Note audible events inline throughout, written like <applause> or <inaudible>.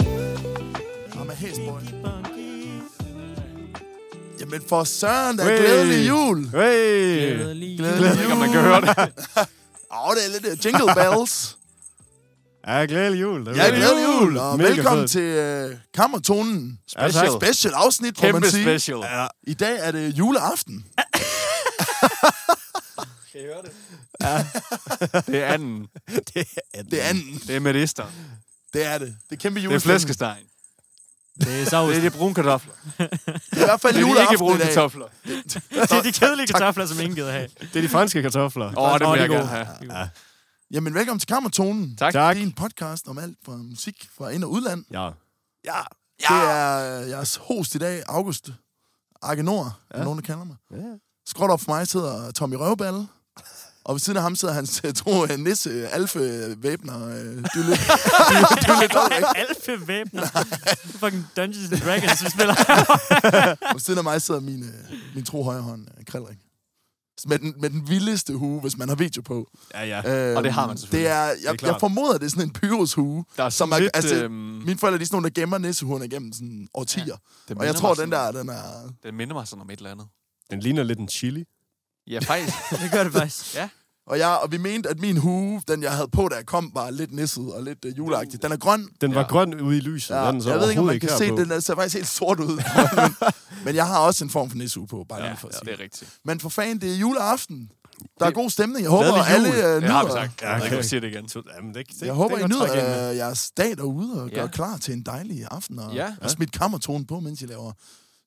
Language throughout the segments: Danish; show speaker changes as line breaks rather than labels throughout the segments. I'm a his boy. Jamen for søren, der er
Hey.
glædelig jul.
Hey!
Glædelig
Jeg ved ikke, om man kan høre det.
<laughs> Åh, oh, det er lidt øh, jingle bells.
Ja, glædelig jul. Det
ja,
ved jeg.
glædelig jul, og
Mega
velkommen
fedt.
til uh, Kammertonen.
Ja, tak.
Special afsnit, må man
Kæmpe
sige.
special.
Ja.
I dag er det juleaften.
Kan I høre det? Ja. det er anden.
Det er anden.
Det er medister.
Det er det. Det er kæmpe
Det er
julestemning.
flæskesteg.
Det er sovs.
Det er de brune kartofler.
Det er i hvert fald
Det er de
juleaften
ikke brune
i dag.
kartofler.
det er de kedelige kartofler, som ingen gider have.
Det er de franske kartofler.
Åh, oh, det
Åh,
vil
de
jeg
er
gerne
gode.
have.
Ja.
Jamen, velkommen til Kammertonen.
Tak.
Tak.
Det er en podcast om alt fra musik fra ind- og udland.
Ja.
Ja. ja. Det er øh, jeres host i dag, August Arke Nord, ja. nogen der kalder mig. Ja. Skråt op for mig sidder Tommy Røvballe. Og ved siden af ham sidder hans øh, tro øh, nisse, øh, alfe, væbner, øh, dylle, dylle, dylle
<laughs>
Dollerik.
Alfe væbner. Fucking Dungeons and
<laughs>
Dragons, vi spiller.
Og ved siden af mig sidder min, øh, min tro højre hånd, øh, Krillerik. Med den, med den vildeste hue, hvis man har video på.
Ja, ja.
Øhm,
Og det har man selvfølgelig.
Det er, jeg,
er
det er jeg
klart.
formoder, det er sådan en pyroshue.
Der er
Som
sådan
er-
lidt...
altså-
øhm,
Mine forældre de er sådan nogle, der gemmer nissehuren igennem sådan årtier. Ja,
det
og jeg
minder
tror,
mig
den der,
sådan-
den er...
Den minder mig sådan om et eller andet.
Den ligner lidt en chili.
Ja, faktisk.
<laughs> det gør det faktisk.
Og, jeg, og vi mente, at min hue, den jeg havde på, da jeg kom, var lidt nisset og lidt øh, juleagtig. Den er grøn.
Den var
Ja.
grøn ude i lyset. Ja.
Ja,
Den er så
jeg ved ikke, om man
ikke
kan
herpå.
se, den er, ser faktisk helt sort
<laughs>
ud. Men- Men jeg har også en form for nissehue på, bare
Ja,
lige for at
ja,
sige.
det er rigtigt.
Men for fanden, det er juleaften. Der er
Det-
god stemning. Jeg håber,
Glædelig
at alle
jul.
øh,
Det har vi
nyder...
sagt. Jeg ved ikke, om vi siger det igen.
Så- Jamen, det, det,
jeg håber, I
det,
nyder øh, jeres dag derude og gør
Ja.
klar til en dejlig aften. Og,
Ja.
og smidt kammertonen på, mens I laver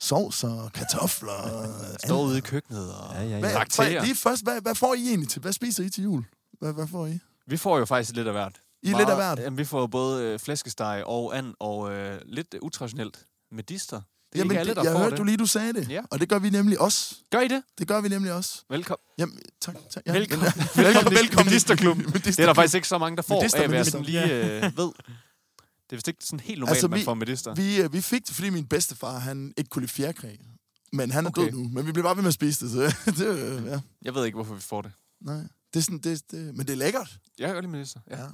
sovs og kartofler. og
Står ude i køkkenet og...
ja,
Hvad,
Bakterier.
Bakterier. Lige først, hvad, hvad får I egentlig til? Hvad spiser I til jul? Hvad, hvad får I?
Vi får jo faktisk lidt af hvert.
I er lidt af hvert.
Jamen, vi får både øh, flæskesteg og and og øh, lidt øh, utraditionelt medister. Det er
Jamen,
ikke alle, der
jeg
får
hørte
det.
du lige, du sagde det.
Ja.
Og det gør vi nemlig også.
Gør I det?
Det gør vi nemlig også.
<laughs> Velkommen.
Jamen, tak. tak ja.
Velkommen.
<laughs> velkommen. velkommen.
Medisterklubben. Det er der faktisk ikke så mange, der får
Medister,
af at være
medister.
sådan lige øh, ved. Det er vist ikke sådan helt normalt,
Altså,
altså, man
vi-
får medister.
Vi, øh, vi fik det, fordi min bedstefar, han ikke kunne lide fjerkræ. Men han er okay.
Okay.
død nu. Men vi blev bare ved med at spise det, så <laughs> det, øh, ja.
Jeg ved ikke, hvorfor vi får det.
Nej. Det er sådan, det, det, men det er lækkert.
Jeg gør lige medister. Ja.
Ja.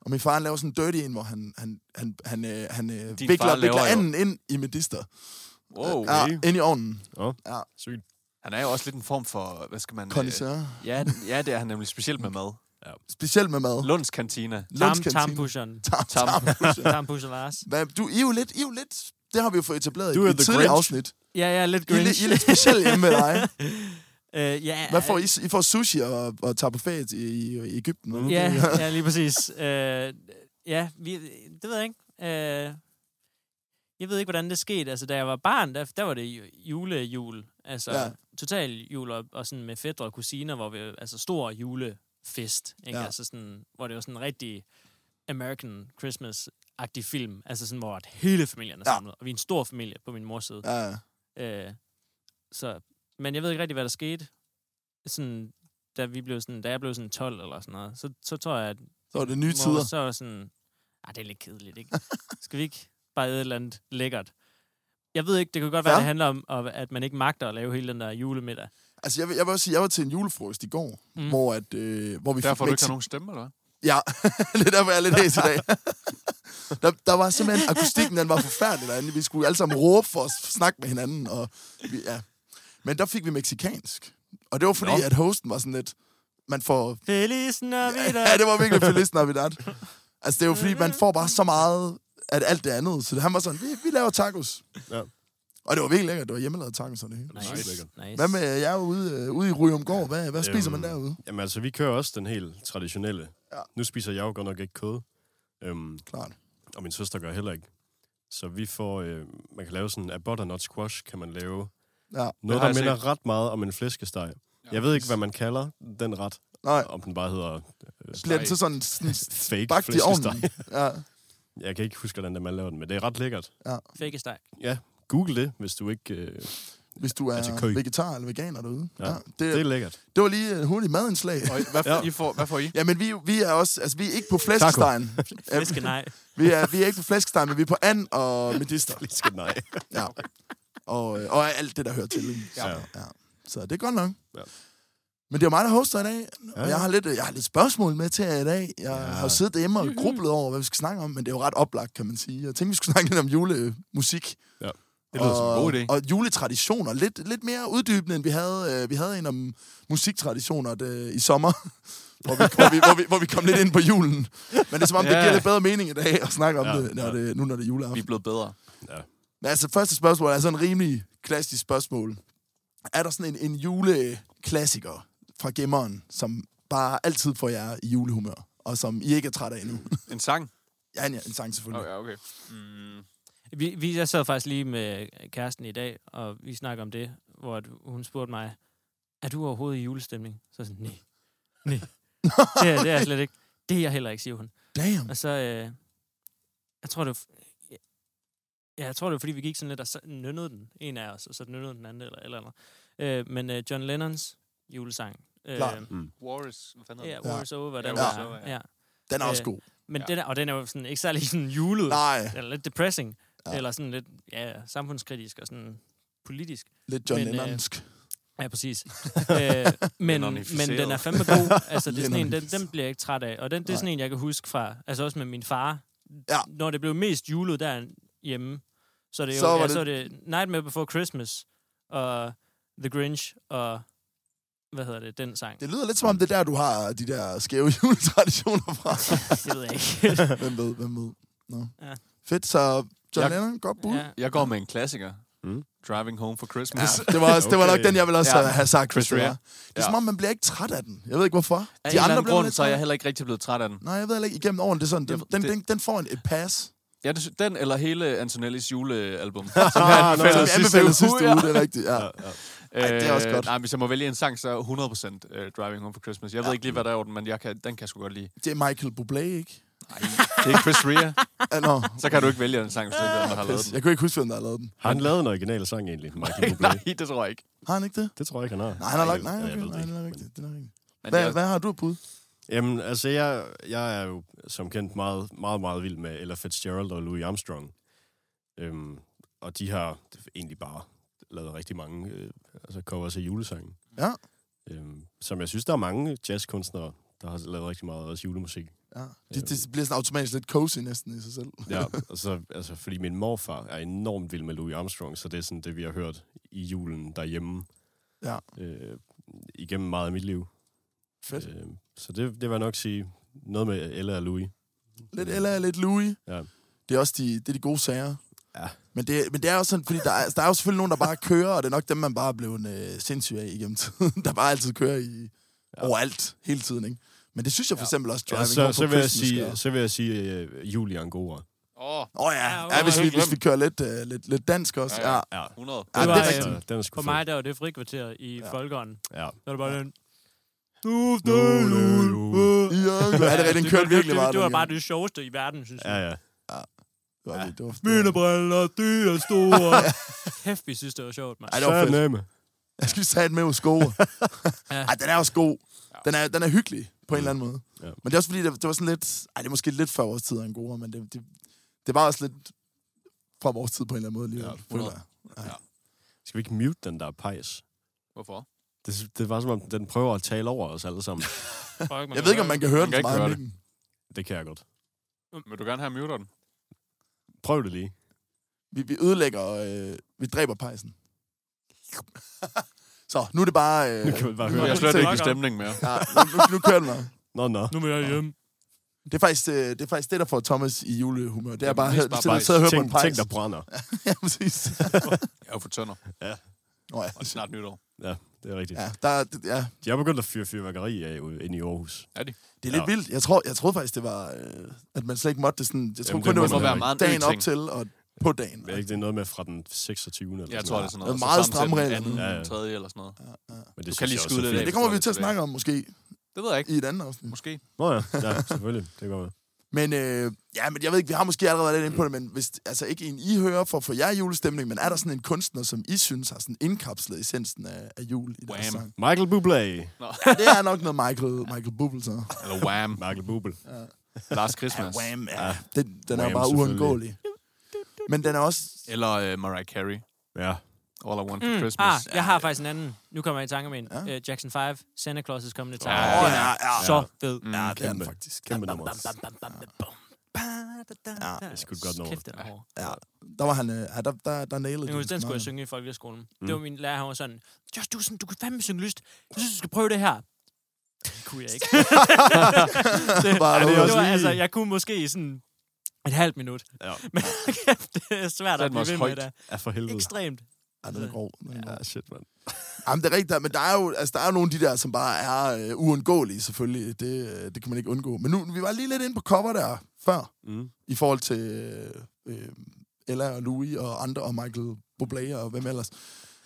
Og min far han laver sådan en dirty en, hvor han, han, han, han, øh, han øh,
Din
vikler,
far laver
vikler
jo-
anden ind i medister.
Wow.
Ja, ind i ovnen.
Sygt.
Han er jo også lidt en form for, hvad skal man... øh,
Kondisør.
Ja, ja, det er han nemlig specielt med mad.
Specielt med mad.
Lunds kantina.
Tam,
Lunds kantine.
tampusheren.
Tam,
Tam.
tam.
Tampusher Lars.
Hvad, du, I er jo lidt, I er jo lidt, det har vi jo fået etableret
Du
i
er
et
the
tidligere
Grinch.
afsnit.
Ja, ja, lidt
I er, lidt,
Grinch.
I er lidt specielt hjemme med dig.
<laughs> Øh, ja,
Hvad får I? I får sushi og, og tager på ferie i, i, i Ægypten.
Mm.
<laughs>
Ja, ja lige præcis. Øh, ja, vi, det ved jeg ikke. Øh, jeg ved ikke, hvordan det skete. Altså, da jeg var barn, der, der var det ju- julejul. Altså,
Ja.
ja. total jul, og, og sådan med fædre og kusiner, hvor vi, altså, stor julefest. Ikke?
Ja.
Ja. Altså, sådan, hvor det var sådan en rigtig American Christmas-agtig film. Altså, sådan, hvor at hele familien er
Ja.
samlet. Og vi er en stor familie på min mors side.
Ja.
Øh, så, men jeg ved ikke rigtig, hvad der skete. Sådan, da, vi blev sådan, da jeg blev sådan 12 eller sådan noget, så, så tror jeg, at
Så er det nye
mor
tider.
Så var sådan, ah, det er lidt
<laughs>
kedeligt, ikke? Skal vi ikke bare æde et eller andet lækkert? Jeg ved ikke, det kunne godt være,
Ja.
ja. det handler om, om, at man ikke magter at lave hele den der julemiddag.
Altså, jeg, vil- jeg vil også sige, jeg var til en julefrokost i går, mm.
Mm.
hvor, at, øh, hvor vi
Derfor
fik...
har du ikke har
Mexi-
nogen stemme, eller hvad?
Ja, det er derfor, jeg er <laughs> lidt hæs i dag. Der, der var simpelthen, akustikken den var forfærdelig derinde. Vi skulle alle sammen råbe for at snakke med hinanden. Og vi, ja. Men der fik vi meksikansk. Og det var fordi,
Nå.
at hosten var sådan lidt... Man får
Feliz Navidad!
Ja, det var virkelig Feliz Navidad. Altså, det er jo fordi, man får bare så meget af alt det andet. Så han var sådan, vi, vi laver tacos.
Ja.
Og det var virkelig lækkert. Det var hjemmelavet tacos og det hele.
Sygt
Nice.
lækkert.
nice.
Hvad med jer ude, øh, ude i Ryumgård? Hvad, hvad spiser man
Øhm,
derude?
Jamen altså, vi kører også den helt traditionelle.
Ja.
Nu spiser jeg jo godt nok ikke kød. Øhm,
Klart.
og min søster gør heller ikke. Så vi får, øh, man kan lave sådan, af butternut squash kan man lave.
Ja.
Noget,
har
der
jeg
minder ret meget om en flæskesteg. Jeg ved ikke, hvad man kalder den ret.
Nej,
Om den bare hedder øh,
bliver den så
<laughs>
sådan, sådan
fake
bagt i
flæskesteg. <laughs>
ovnen? Ja.
Jeg kan ikke huske, hvordan det, man laver den, men det er ret lækkert.
Fake steg.
Ja, google det, hvis du ikke... Øh,
Hvis du er
Altså, kø.
vegetar eller veganer derude. Ja.
Ja.
Ja.
det er
Det, <laughs>
lækkert.
det var lige et hurtigt madindslag.
Og I- hvad,
Ja.
ja. I får, hvad får I?
Ja, men vi, vi er også... Altså, vi er ikke på flæskestegen. Ja,
Flæske nej.
vi, er, vi er ikke på flæskestegen, men vi er på and og
<laughs>
medister.
Lige skal nej.
Ja. Og, øh, og alt det, der hører til. ikke?
Ja.
Ja. Så det er godt nok.
Ja.
Ja. Men det er mig, der hoster i dag, og
Ja.
jeg har lidt, øh, jeg har lidt spørgsmål med til jer i dag. Jeg ja. har jo siddet derhjemme og grublet over, hvad vi skal snakke om, men det er jo ret oplagt, kan man sige. Jeg tænkte, vi skulle snakke lidt om julemusik.
Ja.
Det lyder som en god idé.
Og juletraditioner. Lidt, lidt mere uddybende, end vi havde. Øh, Vi havde en om musiktraditioner det, i sommer, <laughs> hvor vi, hvor, vi, hvor, vi, hvor vi kom lidt ind på julen. Men det er som om, ja.
Ja.
det giver lidt bedre mening i dag at snakke om
Ja,
ja. det, når
ja.
det, nu når det er juleaften.
Vi er blevet bedre.
Men altså, første spørgsmål er sådan en rimelig klassisk spørgsmål. Er der sådan en, en juleklassiker fra gemmeren, som bare altid får jer i julehumør, og som I ikke er træt af endnu?
En sang?
ja, en, en sang selvfølgelig.
Okay,
Okay.
okay. Mm.
Vi, vi, jeg sad faktisk lige med kæresten i dag, og vi snakker om det, hvor at hun spurgte mig, er du overhovedet i julestemning? Så er jeg sådan, nej, nej, <laughs> det, er- det er jeg slet ikke. Det er jeg heller ikke, siger hun.
Damn.
Og så, øh, jeg tror det var, f- ja, jeg tror det var, fordi vi gik sådan lidt og så nynnede den, en af os, og så nynnede den anden, eller eller andet. Øh, men øh, John Lennons julesang, øh,
Klart.
Mm.
Warriors, hvad fanden
ja,
hedder
War is Over, den
Ja.
var,
Ja.
ja.
Den er også
Øh,
god.
Men
Ja.
den er, og den er jo sådan, ikke særlig sådan julet.
Nej,
Eller lidt depressing.
Ja.
Ja. Eller sådan lidt ja, samfundskritisk og sådan politisk.
lidt John
men, øh,
Lennonsk. <laughs>
Ja, præcis. øh, men, men den er fandme god.
<laughs>
Altså, det er sådan en, den, den bliver jeg ikke træt af. Og den, det er sådan en, jeg kan huske fra, altså også med min far.
Ja.
Når det blev mest julet derhjemme, så er det jo,
Så
så
var
ja,
det-
så er det Nightmare Before Christmas, og The Grinch, og hvad hedder det, den sang. Det,
Det lyder lidt som om, det er der, du har de der skæve <laughs> juletraditioner fra.
<laughs> det ved jeg ikke.
hvem ved, hvem ved. No. Ja.
Ja.
Fedt, så John
Jeg-
Lennon, godt bud. Ja.
ja.
Jeg går med en klassiker.
Mm.
Driving Home for
Ja,
Christmas.
det, var også, okay. det var nok
Okay.
den, jeg ville også
Ja.
ja. have sagt, hvis det
Chris
var.
Rea.
Det er ja. som
Ja.
om, man bliver ikke træt af den. Jeg ved ikke, hvorfor.
Af en eller anden
blev man
grund,
lidt
så er
træt af
jeg heller ikke rigtig blevet træt af den.
Nej, jeg ved heller ikke. Igennem årene, det er sådan, den, den,
Jamen, det-
den, den får en, et <laughs> pass.
Ja, det, den eller hele Antonellis julealbum.
Som
jeg anbefalede
jeg
sidste
anbefalede
uge,
sidste
ja.
uge, det er rigtigt. Ja.
Ja, ja.
Ej, det er også
Øh,
godt.
<laughs> Nej, hvis jeg må vælge en sang, så 100% øh, Driving Home for Christmas. Jeg ja. ved ikke lige, hvad der er over den, men jeg kan, den kan jeg sgu godt lide.
Det er Michael Bublé, ikke?
Ej, <laughs> det er Chris Rea.
Ah, nå.
Så kan du ikke vælge en sang, hvis du ikke ved, hvem der har lavet den.
Jeg kunne ikke huske, hvem der har lavet den.
Har han lavet en original sang egentlig,
<laughs>
Michael Bublé?
Nej, det tror jeg ikke.
Har han ikke det?
Det tror jeg ikke, han har.
Nej, han har lagt... Nej,
Ja, jeg
okay,
ved det
nej, det
ikke,
er
men-
rigtigt. Det er rigtigt.
Men
Hvad,
jeg,
hvad har du et bud?
Jamen, altså, jeg, jeg er jo som kendt meget, meget, meget vild med Ella Fitzgerald og Louis Armstrong. Øhm, og de har egentlig bare lavet rigtig mange øh, altså covers af julesangen.
Ja.
Øhm, som jeg synes, der er mange jazzkunstnere, der har lavet rigtig meget også julemusik.
Ja. Det, det bliver sådan automatisk lidt cozy næsten i sig selv.
Ja, <laughs> og så, altså, fordi min morfar er enormt vild med Louis Armstrong, så det er sådan det, vi har hørt i julen derhjemme.
Ja.
Øh, igennem meget af mit liv.
Fedt.
Øh, så det, det vil jeg nok sige noget med Ella og Louis.
Lidt Ella, lidt Louis.
Ja.
Det er også de, det er de gode sager.
Ja.
Men det, men det er også sådan, fordi der er, der er jo selvfølgelig nogen, der bare kører, og det er nok dem, man bare er blevet øh, sindssyg af igennem tiden. <laughs> Der bare altid kører i ja. overalt, hele tiden, ikke? Men det synes jeg for eksempel også, Driving
Ja,
Home
så,
for
så, vil jeg
Christmas gør.
sige, så vil jeg sige øh, Julie Angora.
åh,
Åh oh, ja,
Ja,
ja, hvis, vi,
helt
hvis vi
glemt.
kører lidt, øh, lidt, lidt dansk også. Ja,
Ja,
ja.
ja.
ja.
100.
det
var,
er
øh,
rigtigt.
Den er sgu
For
fed.
mig, der var det frikvarter i
Ja.
ja. Folkeånden.
Ja.
Så var det bare den...
Nu er det jul. Ja, det er rigtigt, den kørte virkelig meget.
Det, det var
dengang.
bare det sjoveste i verden, synes jeg.
Ja, ja.
Det var det, det var-
briller, de er
<laughs>
store.
Kæft, vi synes, det var sjovt, mand.
Ej, det var fedt.
nemme.
Jeg skal sætte med hos sko. Ej, den er også god. Den er, den er hyggelig på en eller anden måde.
Mm. Ja.
Men det er også fordi, det, det var sådan lidt... Ej, det er måske lidt før vores tid en god, men det, det, det var også lidt fra vores tid på en eller anden måde. Lige,
Ja,
føler
100.
jeg.
Skal vi ikke mute den der pejs?
Hvorfor?
Det, det var som om, den prøver at tale over os alle sammen.
Fuck, man
jeg ved ikke, om man kan høre den
kan
så meget.
ikke høre
Mikkel.
Det kan jeg godt.
Mm.
Vil du gerne have muter den?
Prøv det lige.
Vi, vi ødelægger... Øh, vi dræber pejsen. så, nu er det bare... Øh,
Nu kan vi bare
nu-
høre
nu-
Jeg er
det.
slet ikke i
Klokker.
stemning mere.
Ja, nu, nu, nu kører den mig.
Nå, nå.
Nu må jeg hjem.
Det er, faktisk, øh, det er faktisk det, der får Thomas i julehumør. Det er
Jamen,
bare,
mest
at
bare
sidde-
pejs.
sidde og høre på en
Ting, ting,
pejs.
der brænder.
<laughs> ja, præcis.
Jeg er jo for tønder.
Nå, ja.
Og snart nytår.
Ja, det er rigtigt.
Ja, der, er- det, ja,
De har begyndt at fyre fyrværkeri af ude- inde i Aarhus.
det er lidt
Ja.
vildt. Jeg, tror, jeg troede faktisk, det var, øh, at man slet ikke måtte det sådan... Jeg troede
Jamen,
kun,
det
det, var
må
Det
sådan
man
må være meget en
dagen
ny
op
ting.
til og på dagen.
Jeg ved ikke, det er noget med fra den 26. eller
Jeg
sådan
tror, det
noget.
er sådan
Det
noget.
er meget
Og så frem til
stramme
den
regler.
anden,
Ja, ja.
tredje eller sådan noget.
Men
Du
det
kan lige skyde
Men
lidt
det
lidt.
kommer vi til at snakke om måske
Det ved jeg ikke.
i et andet afsnit.
Måske.
Nå ja, ja selvfølgelig. Det går med.
Men, øh, ja, men jeg ved ikke, vi har måske allerede lidt inde på det, men hvis, altså ikke en I hører for at få jer i julestemning, men er der sådan en kunstner, som I synes har sådan indkapslet essensen af, af jul i deres
Wham.
sang?
Michael Bublé.
Ja, det er nok noget Michael, Michael Bublé, så.
Eller Wham.
Michael Bublé.
Last Christmas.
Wham, ja. Den, den er
Wham,
jo bare
selvfølgelig.
uundgåelig. Men den er også...
Eller øh, Mariah Carey.
Ja.
All I Want for
Mm, ah,
Christmas.
jeg har faktisk en anden. Nu kommer jeg i tanke om en.
Ja.
Ja. Jackson 5, Santa Claus is coming to town.
Ja,
Den
ja,
er
ja.
Så fed.
Mm.
Ja, det er den
Kæmpe.
faktisk.
Kæmpe nummer.
Ja,
Det
det
er
er sgu et godt nummer.
Kæft, den er hård.
Ja, der var han... Øh, ja, der, der, der nailede
Den, kunne- den skulle jeg
meget. <laughs>
synge i folkeskolen.
Mm.
Det var min lærer, han var sådan, Josh, du, er sådan, du kan fandme synge lyst. Jeg synes, du skal prøve det her. Det kunne
<laughs>
jeg ikke. <laughs> det,
Bare
det,
derude.
det var, altså, jeg kunne måske i sådan et halvt minut. <laughs>
Ja.
Men kæft, det er svært
Så er
at
den
blive
også
ved med
højt.
det.
Ja, for helvede.
Ekstremt.
Ja, den er grov. Den er grov.
Ja, shit, mand.
Jamen, det er rigtigt, men der er jo, altså, der er jo nogle af de der, som bare er øh, uundgåelige, selvfølgelig. Det, øh, det kan man ikke undgå. Men nu, vi var lige lidt inde på cover der før,
Mm.
i forhold til øh, øh, Ella og Louis og andre, og Michael Bublé og hvem ellers.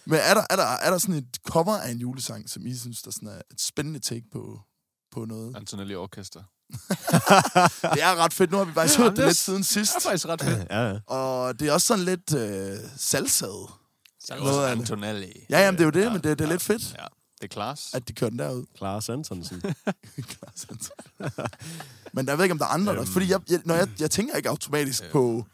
Men er der, er, der, er der sådan et cover af en julesang, som I synes, der sådan er et spændende take på, på noget?
Antonelli Orkester.
Det er ret fedt. Nu har vi faktisk hørt det
Jamen, det er
lidt
s-
siden
Det
sidst.
er faktisk ret
<laughs>
fedt.
<clears throat> Ja, ja.
Og det er også sådan lidt øh, salsaet. Noget af det.
Antonelli.
Ja, jamen, det er jo det,
Ja,
men det, det er
ja.
lidt fedt,
Ja, det er klars.
at de kører den
<laughs>
derud.
Clara Santonsen.
Klar, sandt. Men jeg ved ikke, om der er andre, der...
Øhm.
Fordi jeg, jeg, når jeg, jeg tænker ikke automatisk på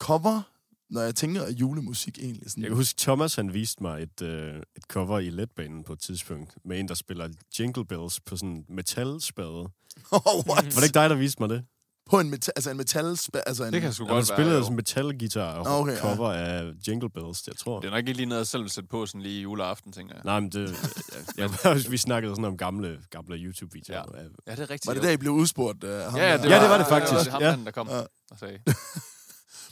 cover, når jeg tænker af julemusik egentlig. Sådan.
Jeg kan huske, Thomas han viste mig et, øh, et cover i letbanen på et tidspunkt, med en, der spiller Jingle Bells på sådan en metalspade.
<laughs> oh, what?
Var det ikke dig, der viste mig det?
På en, metal, altså en metal... Altså en,
Det kan sgu
Ja, hun
godt
spillede
være.
sådan en
jo.
metalguitar og
Nå, okay, ja.
cover af Jingle Bells, jeg tror.
Det er nok ikke lige noget, jeg selv vil sætte på sådan lige juleaften, tænker jeg.
Nej, men
<laughs>
det, jeg, jeg, <laughs> vi snakkede sådan om gamle, gamle YouTube-videoer. Ja.
Ja, det er rigtigt.
Var det
jo.
der, I blev udspurgt? Uh, ham
Ja, ja,
der?
Ja, det var det faktisk.
Det var
Ja.
ham, manden, der kom
Ja.
og sagde.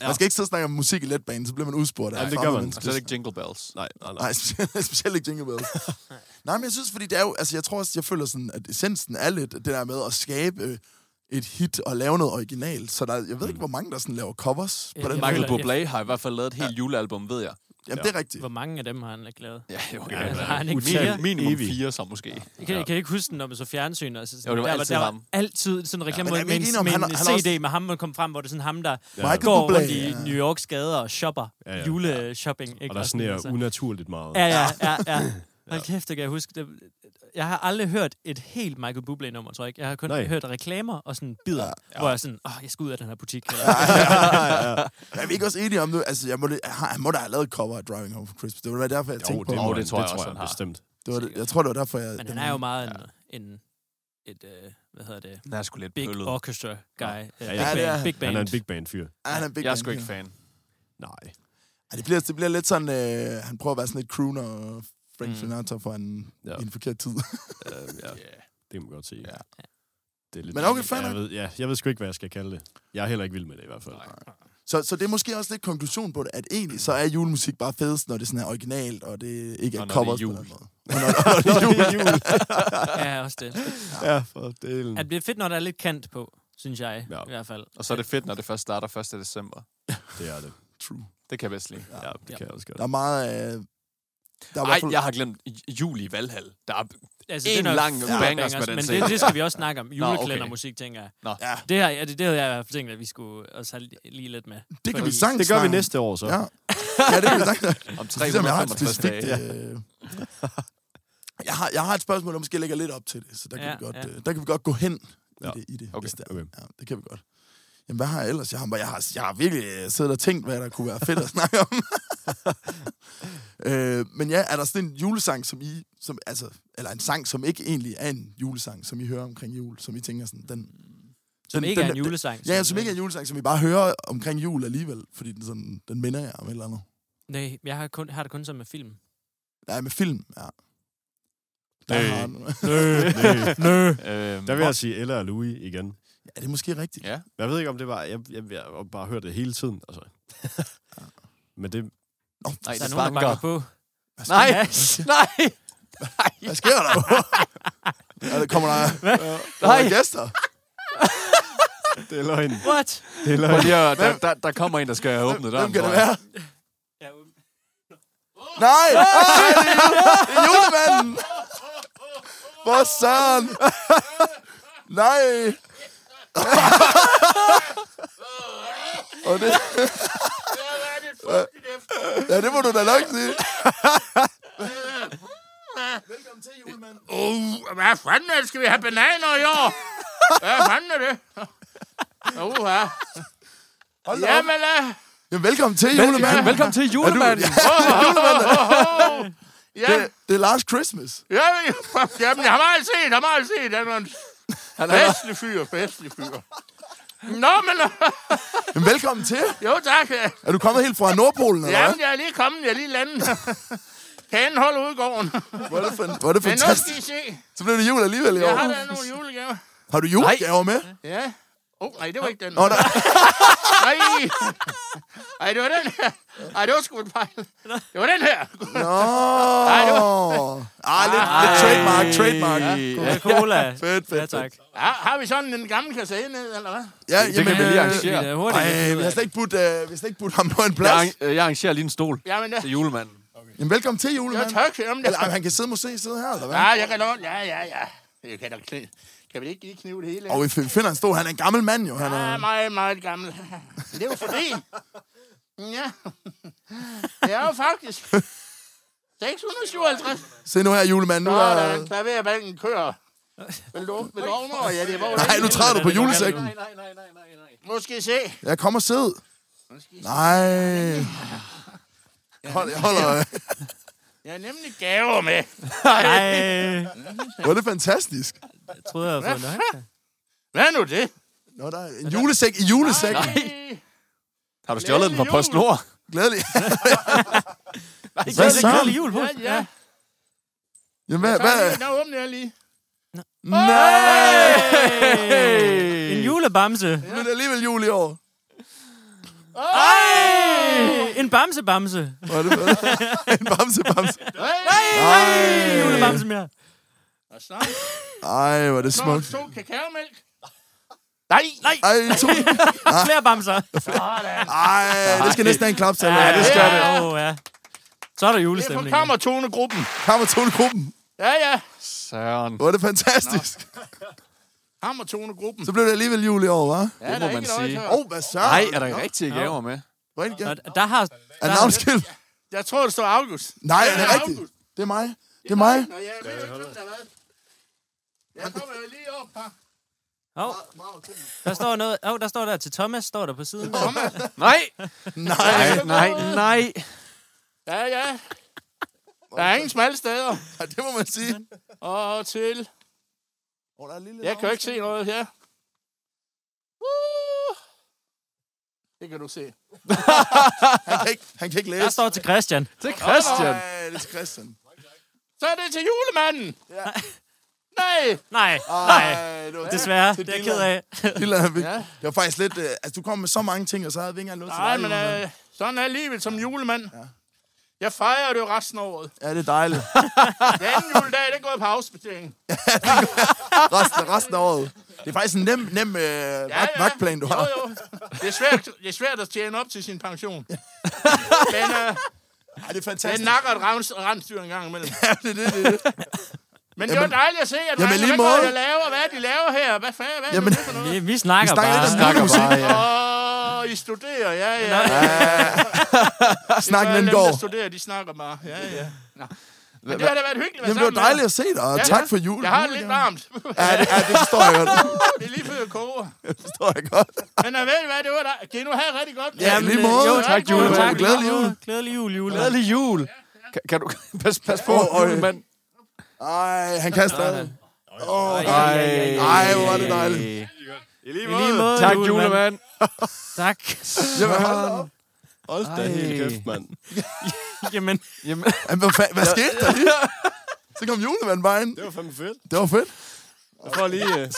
Man skal ikke sidde og snakke om musik i letbanen, så bliver man udspurgt. af
Ja, det
fremmede
gør man.
mennesker.
Og så er det ikke Jingle Bells.
Nej, nej, nej.
Nej, <laughs> specielt, specielt ikke Jingle Bells. Nej, men jeg synes, fordi det er jo... Altså, jeg tror også, jeg føler sådan, at essensen er lidt det der med at skabe øh, et hit og lave noget originalt. Så der, jeg ved ikke, hvor mange der sådan laver covers på
Ja,
den
jeg
Michael
føler- jeg-
Bublé har i hvert fald lavet et helt julealbum, ved jeg.
Jamen, det er rigtigt.
Hvor mange af dem har han ikke lavet?
Ja, jo,
Ja,
altså, har han ikke
Minim-
flere?
Minimum
Evig.
fire, så måske.
Jeg kan, jeg kan ikke huske den, når man så fjernsyn. Altså, sådan,
Jo, det var
der,
altid
der
ham.
Var altid sådan en reklame
men
ja,
er vi
med,
ikke
en-
enige om,
med
han-
en
han
CD
er
med ham, der kom frem, hvor det er sådan ham, der
Michael
går
Bublé,
rundt i
ja.
New Yorks gader og shopper
Ja, ja.
juleshopping. Ikke?
Og der
sådan,
sneer
altså.
unaturligt meget.
Ja, ja, ja. ja. Hold kæft, det kan jeg huske. Det, jeg har aldrig hørt et helt Michael Bublé-nummer, tror jeg ikke. Jeg har kun
Nej.
Nej. hørt reklamer og sådan bidder, ja, ja. hvor jeg sådan, åh, oh, jeg skal ud af den her butik. Eller,
Men Er vi ikke også enige om det? Altså, jeg må, det, han må da have lavet et cover af Driving Home for Christmas. Det var derfor, jeg tænkte
Jo,
på
det,
det.
må
det
han-
tror jeg også, han har.
bestemt.
det var, det- jeg tror, det var derfor, jeg...
men
den-
han er jo meget en, en et, øh, hvad hedder det,
Den er sgu lidt
big
pøllet.
orchestra guy. Ja. Uh, big,
ja,
det er
band,
han.
big band.
Han er en big band fyr.
Ja, han er en big
Jeg er
man,
sgu ikke
ja.
fan.
Nej.
Ja, det, bliver, det bliver lidt sådan... Øh, han prøver at være sådan lidt crooner og Frank
Mm.
Sinatra for en,
Ja.
i en forkert tid.
Uh, ja,
Yeah.
det kan man godt sige.
Ja.
Det er lidt
Men okay, fair
jeg
nok.
ved, ja, jeg ved sgu ikke, hvad jeg skal kalde det. Jeg er heller ikke vild med det i hvert fald.
Nej.
så, så det er måske også lidt konklusion på det, at egentlig så er julemusik bare fedest, når det sådan er originalt, og det ikke er
Og når det er
covers
jul.
på den måde. Og når, og <laughs> når det er jul.
Ja, også det.
Ja, for delen.
At det er fedt, når der er lidt kant på, synes jeg
Ja.
ja. i hvert fald.
Og så er det fedt, når det først starter 1. december.
Det er det.
True.
Det kan jeg bedst lide.
Ja, det kan jeg også godt.
Der er meget... Øh, der er i hvert
Ej,
fald-
jeg har glemt j- jul i Valhall. Der er...
Altså,
En
det er nok
lang
fuld
bangers
af
med den
men
serie.
det, det skal vi også snakke om.
Nå, okay.
Julekalendermusik, tænker jeg.
Ja,
Det her, ja, det, det havde jeg i hvert fald tænkt, at vi skulle også have lige lidt med.
det kan
Fordi-
vi sagtens
Det gør vi
snakke om.
næste år, så.
Ja. ja, det kan vi <laughs> sagtens.
Om
Ligesom jeg har et
365
specifikt...
dage.
Øh, jeg, har, jeg har et spørgsmål, der måske ligger lidt op til det, så der kan,
Ja,
vi, godt,
ja.
øh, der kan vi godt gå hen
Ja.
ja. i det, i det
Okay,
hvis det er.
okay.
Ja, det kan vi godt. Jamen, hvad har jeg ellers? Jeg har, jeg har, jeg har virkelig øh, siddet og tænkt, hvad der kunne være fedt at snakke <laughs> om. øh, men ja, er der sådan en julesang, som I... Som, altså, eller en sang, som ikke egentlig er en julesang, som I hører omkring jul, som I tænker sådan, den...
Som
den-
ikke
den-
er en julesang.
Ja, som ikke er en julesang, som vi bare hører omkring jul alligevel, fordi den, sådan, den minder jer om et eller andet.
Nej, jeg har, kun, har det kun som med film.
Nej, med film, ja.
Øh.
har <laughs> den.
Nej.
Nø.
Øhm,
Der vil jeg sige Ella og Louis igen.
Ja, det er måske rigtigt.
Ja.
Jeg ved ikke, om det var... Jeg, jeg, jeg har bare hørt det hele tiden. Altså. Men det...
Nå,
Nej,
Der
det
er nogen, der
banker.
banker på.
hvad sker-
Nej,
<laughs>
nej,
Hvad sker der?
<laughs>
ja, der kommer der, kommer
nej.
der gæster.
Det er løgn.
What?
Det er
Prøv
løgn.
lige at- der, der, der kommer en, der skal have åbnet døren.
Hvem kan
tror
det
jeg.
være?
Ja,
Nej! Nej, det er jule- det er julemanden! For søren! Nej! Og det... Ja, det må du da nok sige. Velkommen til, julemanden.
Uh, hvad fanden er det? Skal vi have bananer i år? Hvad fanden er det? Uh, ja.
Hold da op.
Jamen, uh,
Ja, velkommen til,
Vel-
julemanden.
Velkommen til julemanden.
Ja,
Det, det er Last Christmas.
ja, jamen, jeg har meget set, jeg har meget set. Han
<laughs>
var en
Han er,
festlig fyr, festlig fyr. Nå, men øh,
Men velkommen til.
jo tak. øh.
Er du kommet helt fra Nordpolen, eller hvad?
Jamen, jeg er lige kommet, jeg er lige landet. Kanen holder ud i gården.
Hvor er det, fan- hvor er det
Men nu
fantastisk.
skal I se.
Så blev det jul alligevel i
Jeg
år.
har da nogle julegaver.
Har du julegaver med?
Ja. Åh, oh, nej, det var ikke den.
Nå, nej.
<laughs> Nej. Ej, det var den her. Ej, det var sgu en fejl. Det var den her.
Nå.
Ej, det
Ej, lidt, lidt trademark, trademark.
Cola.
Fedt, fedt,
Ja, tak.
Har, har vi sådan en gammel kasse ned, eller hvad?
Ja,
det kan vi lige
øh,
Vi
arrangere.
er hurtigt.
Ej, vi har slet ikke budt, øh, vi har slet ikke budt ham på en
jeg,
plads.
arran- øh, jeg arrangerer lige en stol
Jamen, det,
til julemanden.
Jamen, velkommen til,
jeg
julemand.
tør ikke om det.
Eller ej, han kan sidde og måske sidde her, eller hvad?
Ja, jeg kan låne. Ja, ja, ja. Jeg kan da knive. Kan vi ikke lige knive det hele?
Og vi fin- finder en stor, han er en gammel mand jo. Han
Ja,
er,
Ah, meget, meget gammel. <laughs> Det er jo fordi... Ja. Det er jo faktisk... 657.
se nu her, julemand. Nu
Nå,
er,
der, der vil jeg bare en kører. Vil du, vil du over? Ja, det er bare...
nej, nu træder du på julesækken.
Nej, nej, nej, nej, nej, nej.
Måske se.
Jeg kommer sidde. Nej. Jeg holder, jeg holder. øh.
Jeg har nemlig gaver med.
Nej,
Hvor er det fantastisk.
jeg troede, jeg havde fået nok.
Hvad er nu det?
Nå, der er en julesæk i julesækken.
Nej.
Har du stjålet den fra
Glædelig jul.
PostNord?
<laughs> Glædelig.
Så
Hvad
er det
så?
glædelig jul på.
Ja, ja.
Jamen, hvad?
Hvad?
hvad?
Lige, nu åbner jeg lige.
Nej!
Hey! En julebamse.
Men det er alligevel jul i år.
En bamsebamse.
Hvor er det fedt. <laughs> En bamse, bamse.
Nej!
En julebamse mere.
Og så er
Ej, hvor er det
der
smukt.
to kakaomælk. Nej! Nej!
Ej, to.
Flere bamser.
Ej, det skal næsten have en klap til. Ja, det
skal det.
Åh, ja. Så er der
Det er fra
julestemning.
kammertonegruppen.
kommer tonegruppen.
Ja, ja.
Søren.
Hvor er det fantastisk.
Kammertonegruppen.
Så blev det alligevel jul i år, hva'?
Ja,
må
der er
man
ikke noget
sige.
til.
Åh, oh, hvad så?
Nej, er der rigtige gaver med?
Hvor er det
Og
galt?
der har...
Er navnskilt?
Jeg tror, det står August.
Nej, er det
Ja,
rigtigt? Det er mig. Det er mig.
Nå, ja, jeg ved ikke, hvem der har været. Jeg kommer jo lige op her.
Åh, der står noget... Åh, der står der til Thomas, står der på siden.
Thomas.
Nej,
Nej.
nej, nej, nej.
Ja, ja. Der er ingen smalle steder.
Ej, Det må man sige.
Og til...
Åh, der er en lille
Jeg kan jo ikke se noget her. Uh. Det kan du se.
Han kan ikke, han kan ikke
Der
læse.
står til Christian.
Til Christian.
Ej, det er til Christian.
Så er det til julemanden. Ja. Nej.
Nej, nej.
Ej, det var
Desværre,
Ah. Til
det er jeg ked
Dylan.
af.
Dylan, vi-
Ja.
Det var faktisk lidt... Øh, altså, du kom med så mange ting, og så havde vi ikke engang noget til
Nej,
dig,
men
Jonas.
øh, sådan er livet som julemand. Ja. Jeg fejrer det jo resten af året.
Ja, det er dejligt.
Den anden juledag, det går jeg på havsbetjening.
Resten, resten af året. Det er faktisk en nem, nem øh, vagt, vagtplan, du har.
Jo, jo. Det er, svært, det er svært at tjene op til sin
<laughs>
pension. øh, men øh,
Ej, det er
den
fantastisk.
nakker et rens, rensdyr en gang imellem.
Ja, <laughs> det, er det, det, er det.
Men det var
Jamen-
dejligt at se, at
Jamen,
man,
lige
hvad går
måde.
de og laver? Hvad er de laver her? Hvad fanden? Hvad er
Jamen,
det for noget?
Vi, vi snakker
snakker
bare.
lidt om
Snakker
Julemusik.
bare, ja.
Åh, I studerer, ja, ja.
Snakken
Dem,
den går.
der studerer, de snakker bare. Ja, ja. Nå. Men det har da været hyggeligt
Jamen, det
at være sammen
var
med
dejligt at se dig, og
jer. Ja,
tak
ja.
for julen.
Jeg har det lidt varmt. <laughs>
Ja, det, ja, det forstår jeg godt.
det er lige før jeg koger.
Det forstår jeg godt.
Men øh, ved I hvad, det var der. Kan I nu have det rigtig godt?
Ja,
Jamen,
lige
øh,
måde.
jo,
tak, Jule.
Tak,
Glædelig jul.
Glædelig jul, jule.
Glædelig jul. Kan, kan du <laughs> pas, pas på,
Åh, øj.
julemand?
Ej, han kan stadig. Åh,
Ej,
nej.
ej, ej, ej.
Ej, hvor er det dejligt.
I lige
I lige måde,
Tak,
julemand.
julemand.
Tak.
Jamen, hold da op.
Hold da
Ej.
helt kæft, mand.
Jamen,
Jamen,
Jamen, hvad, fa- hvad skete der lige? Så kom julemanden bare ind.
Det var fandme fedt.
Det var fedt.
Jeg får lige... Øh,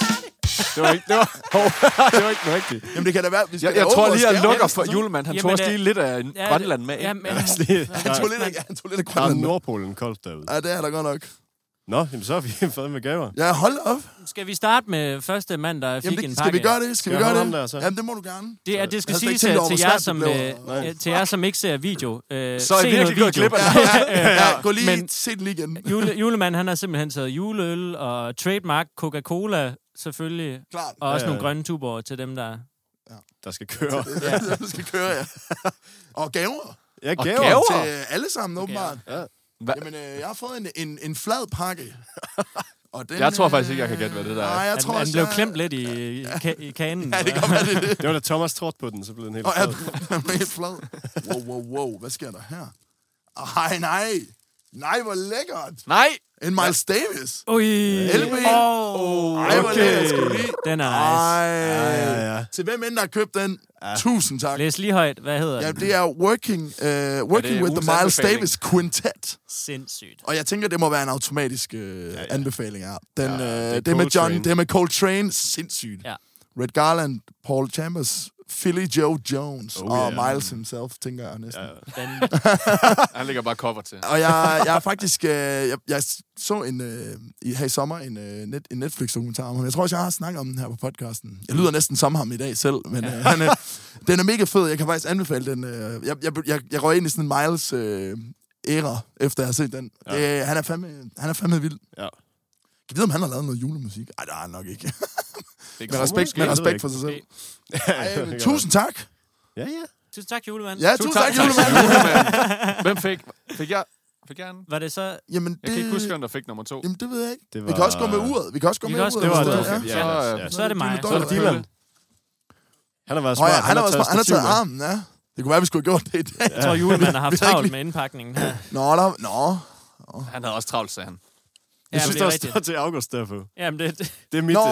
det var ikke, det var, <laughs> hov, det var ikke den rigtige.
Jamen, det kan da være. Vi skal
Jeg,
da
jeg
åbne
tror
vores
lige, jeg
skærm.
lukker for julemand. Han
Jamen,
tog også
øh,
lige lidt af
ja,
Grønland med.
Ja,
ikke?
men,
Han tog lidt, af- han tog lidt af
der er
Grønland. med.
Nordpolen koldt derude.
Ja, det er der godt nok.
Nå, jamen, så har vi <laughs> fået med gaver.
Ja, hold op.
skal vi starte med første mand, der fik
Jamen,
en
det,
pakke?
skal vi gøre det? Skal vi
Skal jeg
gøre
holde
det?
om der, så?
Jamen, det må du gerne.
Det, er, det skal
Jeg havde slet ikke
siges
tænkt
øh,
over,
til,
hvor
jer,
svært det
som,
blev.
øh,
Nej.
øh, til jer, som ikke ser video. Øh,
Så er I
se
virkelig gået
noget video.
glip af
Ja, ja, gå lige
men-
se den lige igen.
Jule, julemanden, han har simpelthen taget juleøl og trademark Coca-Cola, selvfølgelig.
Klart.
Og også
Ja, ja.
nogle grønne tuber til dem, der...
Der skal køre.
Ja. det <laughs> skal køre, ja. Og gaver
Ja,
Og
gaver.
gaver.
til alle sammen, åbenbart.
Ja.
<laughs>
Jamen, øh, jeg har fået en, en, en flad pakke Og den,
Jeg tror faktisk
øh,
ikke, jeg kan gætte, hvad det der er.
Nej, jeg
han,
tror
han
også,
blev
jeg-
klemt lidt i, i, ka- i kanen.
Ja, det kan være, det er det.
Det var da Thomas trådte på den, så blev den helt
Og er <laughs>
flad.
den helt flad. Wow, wow, wow. Hvad sker der her? Ej, nej. Nej, hvor lækkert.
Nej!
En Miles Davis.
Ui.
LB.
Oh,
Ej, hvor lækkert skal vi lige.
Den er nice.
Ej.
Ja, ja.
Til hvem end der har købt den, tusind tak.
Læs lige højt. Hvad hedder
Ja,
den?
det er Working, uh, working with
ugens
the Miles
anbefaling?
Davis Quintet.
Sindssygt.
Og jeg tænker, det må være en automatisk øh, ja, ja. anbefaling her. Den, ja,
det
øh,
er
det, er med John,
Coltrane.
det er med Coltrane. Sindssygt.
Ja.
Red Garland, Paul Chambers, Philly Joe Jones
Oh,
oh, og
ja.
Miles himself, tænker jeg næsten. Ja, ja.
Den,
Han ligger bare cover til.
Og jeg, jeg er faktisk... Øh, jeg, jeg så en, øh, i, her i sommer en, øh, net, en Netflix-dokumentar om ham. Jeg tror også, jeg har snakket om den her på podcasten. Jeg lyder næsten som ham i dag selv, men øh, han, øh, den er mega fed. Jeg kan faktisk anbefale den. Øh, jeg, jeg, jeg, jeg røg ind i sådan en Miles... Øh, æra, efter jeg har set den. Ja.
Ja.
Øh, han, er fandme, han er fandme vild.
ja.
Kan vi vide, om han har lavet noget julemusik? Ej, det har han nok ikke.
Det
Med
er
respekt,
måske,
med
jeg ved
respekt
ikke.
for sig selv.
det
Ej,
kan
tusind tak.
Ja, ja.
tusind tak, julemand.
Ja, tusind tak, julemand.
<laughs>
<laughs>
Hvem fik? Fik jeg? Fik jeg den?
Var det så...
Jamen, det,
Jeg kan ikke huske, hvem der fik nummer to.
Jamen, det ved jeg ikke.
Det
Vi kan også gå med uret. Vi kan også gå
Vi
med
kan
uret.
også
Det var
Ja,
det.
hvis
Ja,
så,
ja,
øh,
ja.
Så er det mig.
Jule
Så er det
Dollar.
Dylan. Han har været
Åh
smart.
ja, han har været smart. Han har taget
stativet med.
armen, ja. Det kunne være, vi skulle have gjort det i dag.
Jeg tror, julemanden har haft
Vi har ikke
travlt
lige-
med indpakningen her.
Nå, der, nå.
Han havde også travlt, sagde han.
Ja,
Jeg synes,
det
der
er
står
rigtigt.
til August derfor.
Jamen, det,
Det er mit...
Nå,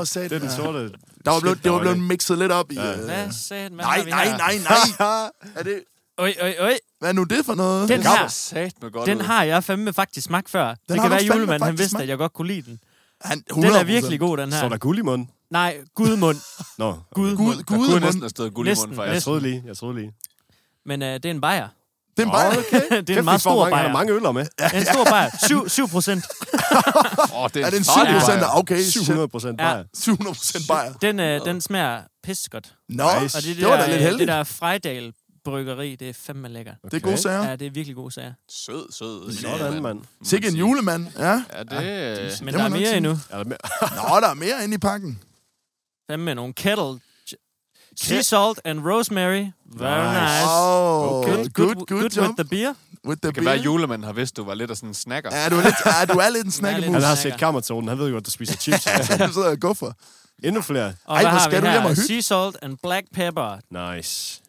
øh,
satan.
det er den sorte...
Der var blevet,
shit,
det var
der
blevet
i.
mixet lidt op i...
Ja.
øh,
hvad sagde man?
Nej, nej, nej, nej. er det,
Oj, oj, oj.
hvad er nu det for noget?
Den
Det
her,
kommer sat med godt
den
ud.
har jeg fandme faktisk smagt før. Det
har
kan
du
være,
fandme
julemanden han
faktisk
vidste,
smagt.
at jeg godt kunne lide den.
Han,
Den er virkelig god, den her.
Står der guld i munden?
Nej,
<laughs>
gudmund.
Nå.
Gud.
Gud,
Der
Gud,
kunne
Gud
næsten have stået guld i
Næsten,
munden,
Jeg
faktisk.
troede lige. Jeg troede lige.
Men øh, det er en
<laughs>
bajer.
det er bare... Okay.
det er
Kæft, vi
en meget
får
stor
mange-
bajer.
Der er mange øller med.
Det er en stor
<laughs>
bajer. 7, 7 procent.
Åh, det
Er det en
farlig
7 procent?
bajer.
Okay, 700.
700 procent
Ja.
bajer.
700 procent bajer.
Den, øh, den smager pissegodt.
Nå,
Nice.
Og det, er det,
det var da
der,
lidt
øh,
heldigt.
Det der Frejdal Bryggeri, det er fandme lækker.
Det er gode sager.
Ja, det er virkelig gode sager.
Sød, sød.
Sådan, mand.
Sikke en julemand, ja.
Ja, det...
Men
Det
der
må
er
man
mere
sige.
endnu.
Er der mere?
Nå, der er mere inde i pakken.
Fandme med nogle kettle. ch- Sea salt and rosemary. Very
Nice.
nice.
Oh,
Good,
good,
good,
good,
good
job
with the beer.
with the
Det kan være,
beer.
at julemanden har vidst, du var lidt af sådan en snacker.
Ja, du er lidt, ja, du er
<laughs>
lidt en snakkemus.
Han har set
Snakker.
kammertonen. Han ved jo godt, der spiser chips. altså.
Du sidder og guffer.
Endnu flere.
Og
Ej,
hvad
hvor
har
skal
vi
du hjem og
her?
hygge.
Sea salt and black pepper.
Nice.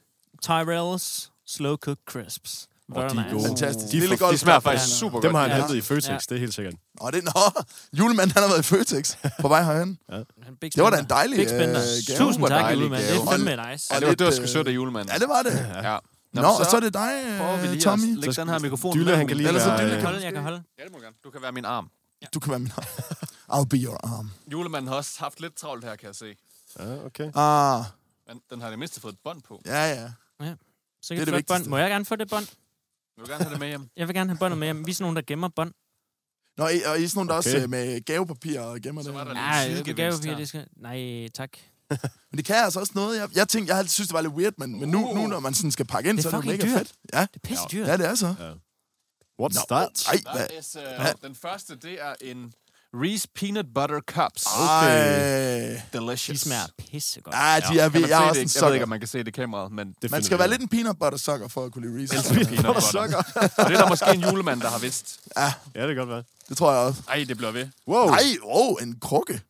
Tyrell's slow cooked crisps. Very
de er
nice.
gode.
Fantastisk.
De er
Lille
for-
De
golf-
smager faktisk
Ja.
super godt.
Dem har han
Ja.
hentet i Føtex,
Ja.
det er helt sikkert.
Nå, det er nå. Julemanden, han har været i Føtex på vej herhen.
En big
Det var da
spender.
en dejlig,
Big spender.
øh, gave.
Tusind
Super
tak,
dejlig
Julemand. Det
gave.
er fandme nice.
Ja, det var, det var sgu sødt af julemanden.
Ja, det var det.
Ja.
Nå, og så er det dig,
prøver vi
øh,
lige
Tommy.
at lægge den her mikrofon.
Dylan,
mellem
han kan
min-
lige
Ellers så
være...
Dylan
Jeg
øh,
kan holde, jeg kan holde.
Ja, det må jeg gerne. Du kan være min arm.
Du kan være min arm. I'll be your arm.
Julemanden har også haft lidt travlt her, kan jeg se.
Ja, okay.
Ah,
Men den har i det mindste fået et bånd på.
ja, ja.
Så
Det er
kan
det
du få et bånd.
vigtigste.
Må jeg gerne få det bånd?
Jeg vil gerne have det med
<laughs>
hjem.
Jeg vil gerne have båndet med hjem. Vi er sådan nogen, der gemmer bånd.
Nå, I, og I er sådan nogle, der
Okay.
også øh, med gavepapir og gemmer
Så
det.
var der
Nej,
lige en
det
sidegevinst
gav
her.
vi, det skal... Nej, tak.
Men det kan altså også noget. Jeg, jeg tænkte, jeg havde synes, det var lidt weird, men, men nu,
Uh.
nu, når man sådan skal pakke ind,
Det er
så er det
fucking
mega
dyrt.
fedt. Ja,
Det er pisse dyrt.
ja det er så.
What's that?
Ej,
Der
hvad?
is, øh, Den første, det er en Reese Peanut Butter Cups.
Ah, Ej.
De
Delicious.
smager pissegodt.
Ej, de er,
Kan
vi,
man
jeg er
se
også en
det ikke? Jeg ved ikke,
sukker.
om man kan se det i kameraet, men det
Det
Man
finder
skal
vi
være
ud af.
lidt en peanut butter sukker for at kunne
<laughs>
lide Reese's.
er peanut butter.
Sukker.
Og det er der måske en julemand, der har vidst.
Ja, det kan godt være.
Det tror jeg også.
Ej, det bliver ved.
Wow.
Nej, wow, en krukke.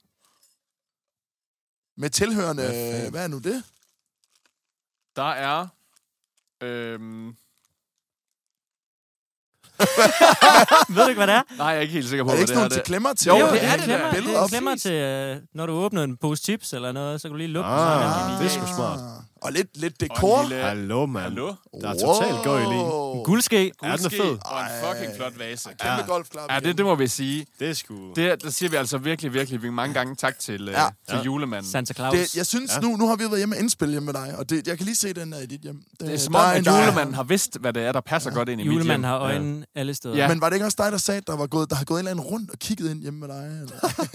Med tilhørende... Hvad, hvad er nu det?
Der er... Øhm,
Ved du ikke,
<laughs>
hvad det er?
nej, jeg er ikke helt sikker på,
Er det ikke
hvad det
sådan
er.
nogle til
Det.
klemmer til?
Jo,
Jo,
det er
en
det
klemmer. Det
da.
Billede
er
op.
en klemmer til, øh, når du åbner en pose chips eller noget, så kan du lige lukke den. så er der
Ah,
lige-
det er sgu smart.
Og lidt, lidt
Og
dekor.
en lille...
Hallo, mand.
Hallo?
Der er totalt wow. gøj i lige.
En Guldske.
Er den er
Guldske
fed?
Og en fucking flot vase.
Kæmpe golfklap.
Ja, det, det må vi sige.
Det er sgu... Det,
Det, der siger vi altså virkelig, virkelig vi mange gange tak til, øh,
Ja.
til julemanden.
Santa Claus.
det, jeg synes, nu, nu har vi været hjemme og indspille hjemme med dig, og det, jeg kan lige se, den er i dit hjem. Det,
Det er som
der
om,
en,
at
der er-
julemanden har vidst, hvad det er, der passer godt ind i mit hjem.
Julemanden har øjnene alle steder.
Ja.
Men var det ikke også dig, der sagde, at der, var gået, der har gået en eller anden rundt og kigget ind hjemme med dig? Eller?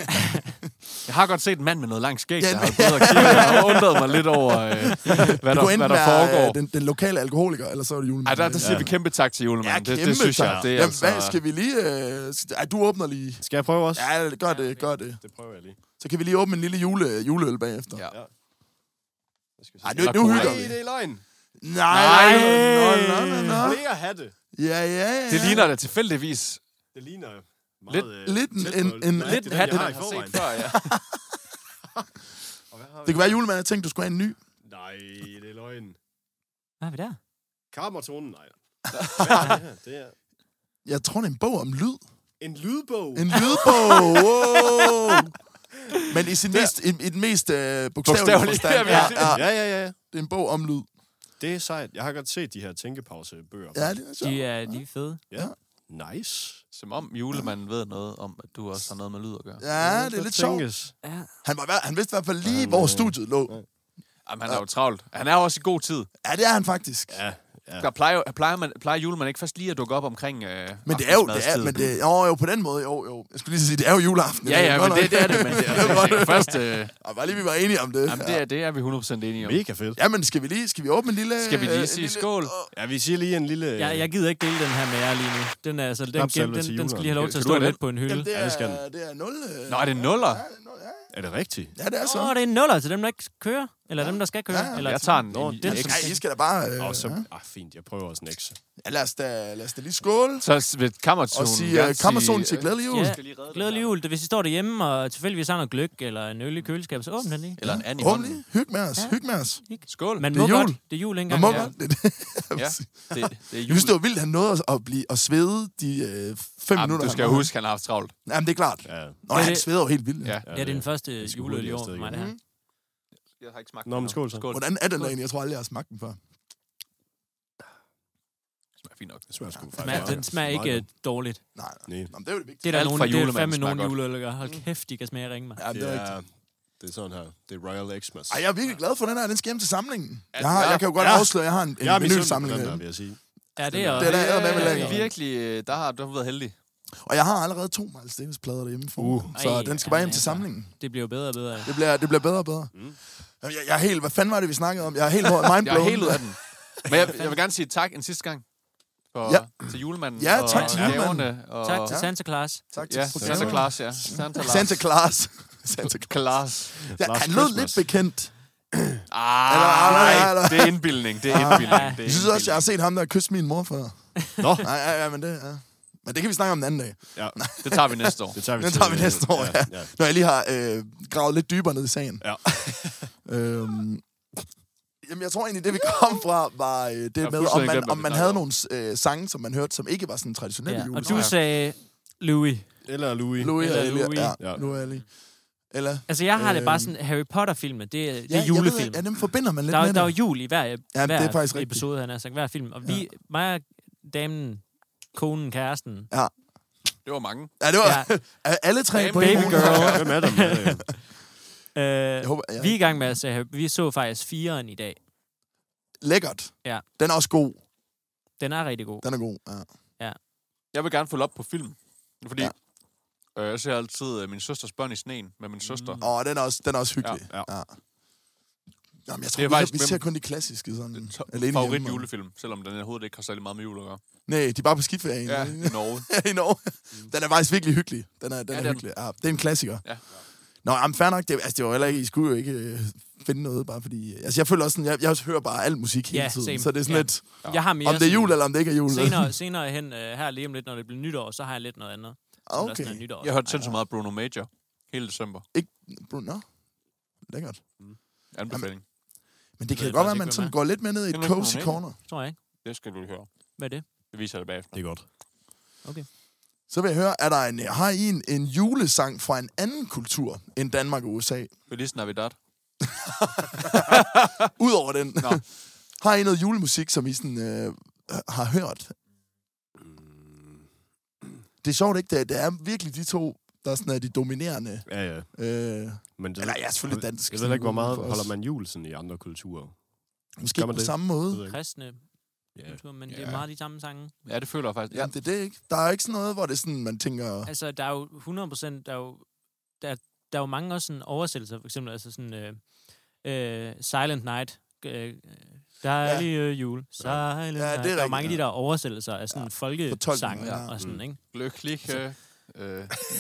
Jeg har godt set en mand med noget langt skæg,
Ja,
der har gået og kigget og undret mig lidt over, øh,
<laughs>
hvad,
Det
der,
kunne
hvad
enten
der
være
foregår.
øh, den, den lokale alkoholiker, eller så er det julemanden.
Ej, der, der siger vi kæmpe tak til julemanden. det, det synes jeg,
tak.
det er
Jamen,
altså...
hvad, skal vi lige... Øh, sk- ej, du åbner lige.
skal jeg prøve også?
Ja, gør det, gør det.
Det prøver jeg lige.
Så kan vi lige åbne en lille jule, juleøl bagefter.
Ja.
Jeg skal se.
Ej, nu, nu hygger
Ej,
vi.
det er løgn.
Nej! Nå, nå, nå, nå.
Flere hatte.
Ja, ja, ja.
Det ligner da tilfældigvis
Det ligner Meget,
Lidt-
øh,
lidt en-
tæt på-
en- en-
Nej,
lidt
det er
hat,
den, jeg
den
har i
har set
forvejen.
før, ja.
Og hvad har
Det kan være, at julemanden har tænkt, du skulle have en ny.
vi? Nej, det er løgn.
Hvad er vi der?
Karmertonen,
<laughs>
nej. Hvad er det her? Det er
Jeg tror, det er en bog om lyd.
en lydbog.
En lydbog! <laughs> Wow.
<laughs>
Men i sin mest, i, i den mest øh, bogstavelige
Bogstavelige,
forstand.
<laughs> ja.
Ja, ja.
Ja, ja, ja. ja.
Det er en bog om lyd.
Det er sejt. Jeg har godt set de her tænkepausebøger.
Ja, det er
De
sjovt.
er, de er fede.
Nice.
Som om julemanden ved noget om, at du også har noget med lyd at gøre.
Ja, det er lidt sjovt.
sjovt.
Ja.
Han, var, i hver- han vidste i hvert fald lige,
Han,
hvor
øh,
studiet lå.
Jamen, han er jo travlt. Han er jo også i god tid.
Ja, det er han faktisk.
Ja, ja.
Der plejer, jo- plejer, man, plejer julemanden ikke først lige at dukke op omkring øh,
Men det er jo, det er, men det, jo, jo, på den måde, jo, jo. Jeg skulle lige sige, det er jo juleaften.
Ja, ja,
Godt
men
nok.
det, det er det. Men det,
<laughs> Det er godt
det,
nok.
det, først, øh,
Og bare lige, vi var enige om det.
jamen, det, er, det er vi 100% enige om.
Mega fedt.
Ja, men skal vi lige, skal vi åbne en lille...
Skal vi
øh,
lige
en
sige
lille-
skål?
Ja, vi siger lige en lille...
Jeg, jeg gider ikke dele den her med jer lige nu. Den, er, altså, den,
Knap
den,
salve til
den, den skal lige have lov til at
julemanden. Kan du
stå lidt på en hylde.
have
Jamen, det
Ja, det skal
er,
den.
det er nul... øh,
Nå, er det nuller?
Ja, det er nul, ja.
Er det rigtigt?
ja, det er så.
Åh, det er en nuller til dem, der ikke kører. Eller dem, der skal køre.
Ja, ja.
Eller
Jeg tager en,
Nå,
en,
den
en
som-
Ja, I
X.
skal da bare... Øh,
Og så... Ah, fint. Jeg prøver også en ekse.
ja, lad, os da, lad os da lige skåle.
Så s- vil kammerzonen
Og sige, øh, kammerzonen til glædelig jul.
Ja. Glædelig jul. Hvis I står derhjemme og tilfældigvis har noget gløk eller en øl i køleskabet, så åbn den lige.
øh, Eller en anden i
Kom
hånden.
lige. Hyg med os. Hyg med os.
Skål.
Man
Det er
må
jul.
godt. Det er jul ikke
Man må
engang.
godt. Det, det, <laughs>
ja, det, det er
jeg
jul.
synes, det var vildt, at han nåede at- at, blive, at svede de øh, fem
Jamen,
minutter.
du
han
skal
var-
huske, han har haft travlt.
Jamen, det er klart.
Ja.
Nå,
Det er
han
det.
sveder jo helt vildt.
Ja.
Ja, det er den første
Jeg skal
juleøl i
hurtigt
år for
afsted
mig, det
igen.
her.
Jeg har ikke smagt
Nå, men skål så.
Skål.
Hvordan er den egentlig? Jeg tror aldrig, jeg har smagt den før.
Det smager fint nok.
Det smager sgu
Smager,
faktisk.
den smager ikke øh, dårligt.
Nej, nej.
Nej.
Nå, men det er jo det vigtigste.
Det er der
Alt
nogen,
fra
det er
julemanden
fandme
smager
nogen
godt.
juleøl, der gør. Hold
Mm.
kæft, de kan smage ringe mig.
Ja, det er rigtigt.
det er sådan her. Det er Royal Xmas.
Ej, jeg er virkelig glad for den her. Den skal hjem til samlingen.
Ja,
Jeg, har,
ja.
jeg kan jo godt
Ja.
afsløre, at jeg har en, en øh,
jeg er misundelig på
vinylsamling.
den her,
af
vil jeg sige.
Ja, det er,
Det er der eddermame
Det
lækkert.
er virkelig, øh, der har du har været heldig.
Og jeg har allerede to Miles Davis-plader derhjemme for
Uh.
Så
Ej,
den skal bare hjem
jamen,
til
altså.
samlingen.
det bliver jo bedre og bedre.
Det bliver, det bliver bedre og bedre.
Mm.
Jamen, Jeg, jeg, er helt... Hvad fanden var det, vi snakkede om? Jeg er helt mindblown.
<laughs> Jeg er helt ud af den. Men jeg, jeg vil gerne sige tak en sidste gang for,
Ja.
ja. til julemanden.
Ja, tak
og
til
gaverne
julemanden.
Og,
Tak til
Ja.
Santa Claus.
Tak til
Ja,
programmet.
Santa Claus, ja. Santa Claus.
Santa Claus. <laughs> Santa Claus.
Claus.
Ja,
Last
han lød
Christmas.
lidt bekendt.
Ah,
Eller- eller-
nej,
eller-
det er indbildning. Det er indbildning. Det er
Jeg synes også, jeg har set ham, der kysse min mor før.
Nå.
Nej, <laughs> ja, ja, men det... Ja. Men det kan vi snakke om en anden dag.
Ja,
Det tager vi næste år.
det tager vi,
Den
til-
tager vi næste år, ja.
ja.
Når jeg lige har øh, gravet lidt dybere ned i sagen.
Ja.
<laughs> øhm, jamen, jeg tror egentlig, det vi kom fra, var øh, det med, om
fuldstændig
man,
glemt,
om
hvad
man
vi
havde
snakkede
nogle øh, sange, som man hørte, som ikke var sådan traditionelle
Ja.
ja.
Og du sagde Louis.
Eller Louis.
Louis
eller
eller Louis.
Louis.
Ja,
Ja.
Louis Ali. Eller...
Altså, jeg har det bare
Øhm.
sådan, Harry Potter-filmen, det, er- det
Ja, jeg
er
ved
julefilm.
ikke, Ja, dem forbinder man lidt
Der, er-
med
der er
det.
jo jul i hver,
er
hver
faktisk rigtigt.
episode, han har sagt, hver film. Og vi, mig og damen, konen, kæresten,
Det var mange.
Ja, det <laughs> var alle tre
Damn,
på en
baby
gang.
girl.
Hvem er der med?
øh,
Jeg håber, ja.
vi er i gang med at se, vi så faktisk firen i dag.
Lækkert.
Ja.
Den er også god.
Den er rigtig god.
Den er god. Ja.
Jeg vil gerne følge op på film. Fordi
Ja.
ja. øh, jeg ser altid øh, min søsters børn i sneen med min søster. Mm.
Og den er også, den er også hyggelig.
Ja,
ja. Jamen, jeg
Det
tror,
er
vi,
faktisk
vi
hvem-
ser kun de klassiske. Sådan,
Alene
alene
favorit
hjemme.
julefilm, selvom den overhovedet ikke har særlig meget med jul at gøre.
Nej, de er bare på skiferien.
Ja, i Norge.
<laughs> i Norge. Den er faktisk virkelig hyggelig. Den er, den
Ja,
er
det er
hyggelig. Ja, det er en klassiker.
Ja.
Nå, jamen, fair nok. Det, altså, det var heller ikke, I skulle jo ikke øh, finde noget, bare fordi... Altså, jeg føler også sådan, jeg, jeg hører bare al musik hele
Ja,
tiden.
same.
Så det er sådan
Ja.
lidt,
Jeg har mere
om det er
sådan-
jul eller om det ikke er jul.
Senere, senere hen, øh, her lige om lidt, når det bliver nytår, så har jeg lidt noget andet. som Der
Ah, okay.
sådan er nytår.
Jeg hørte sindssygt meget Bruno Major hele december.
Bro, Nå, lækkert.
Anbefaling.
Men det kan
ved
godt
faktisk
være, at
ikke,
man
hvem
sådan
er.
går lidt mere ned i et
Kender du ikke
cozy
nogen,
corner.
Tror jeg ikke.
Det skal du høre.
Hvad er det?
Det viser jeg dig bagefter.
Det er godt.
Så vil jeg høre, er der en, har I en, en julesang fra en anden kultur end Danmark og USA?
Feliz Navidad.
Udover den.
Nå.
<laughs> har I noget julemusik, som I sådan, øh, har hørt? Det er sjovt, ikke? Det er, det er virkelig de to, der sådan er de dominerende.
Ja, ja.
Øh,
Men det,
Eller jeg er selvfølgelig dansk,
Jeg ved ikke, hvor
sådan
meget
for os.
holder man jul sådan i andre kulturer.
måske
Gør
ikke på
man
det?
det?
samme
Det
måde.
ved jeg ikke.
Kristne
Ja.
kultur, men det
Ja.
er meget de samme sange.
Ja, det føler jeg faktisk. Ja.
Jamen, det er det ikke. Der er ikke sådan noget, hvor det er sådan, man tænker...
<laughs> Altså, der er jo 100 procent, der er jo, der, der er jo mange også sådan oversættelser, for eksempel altså sådan øh, øh, Silent Night, øh, dejlig øh, jul, Silent
er
Night. Der er jo
rigtigt,
mange af de
ja.
der oversættelser af sådan ja. folkesange
Fortolkninger, ja. Mm.
og sådan, ikke?
Lykkelige. Øh,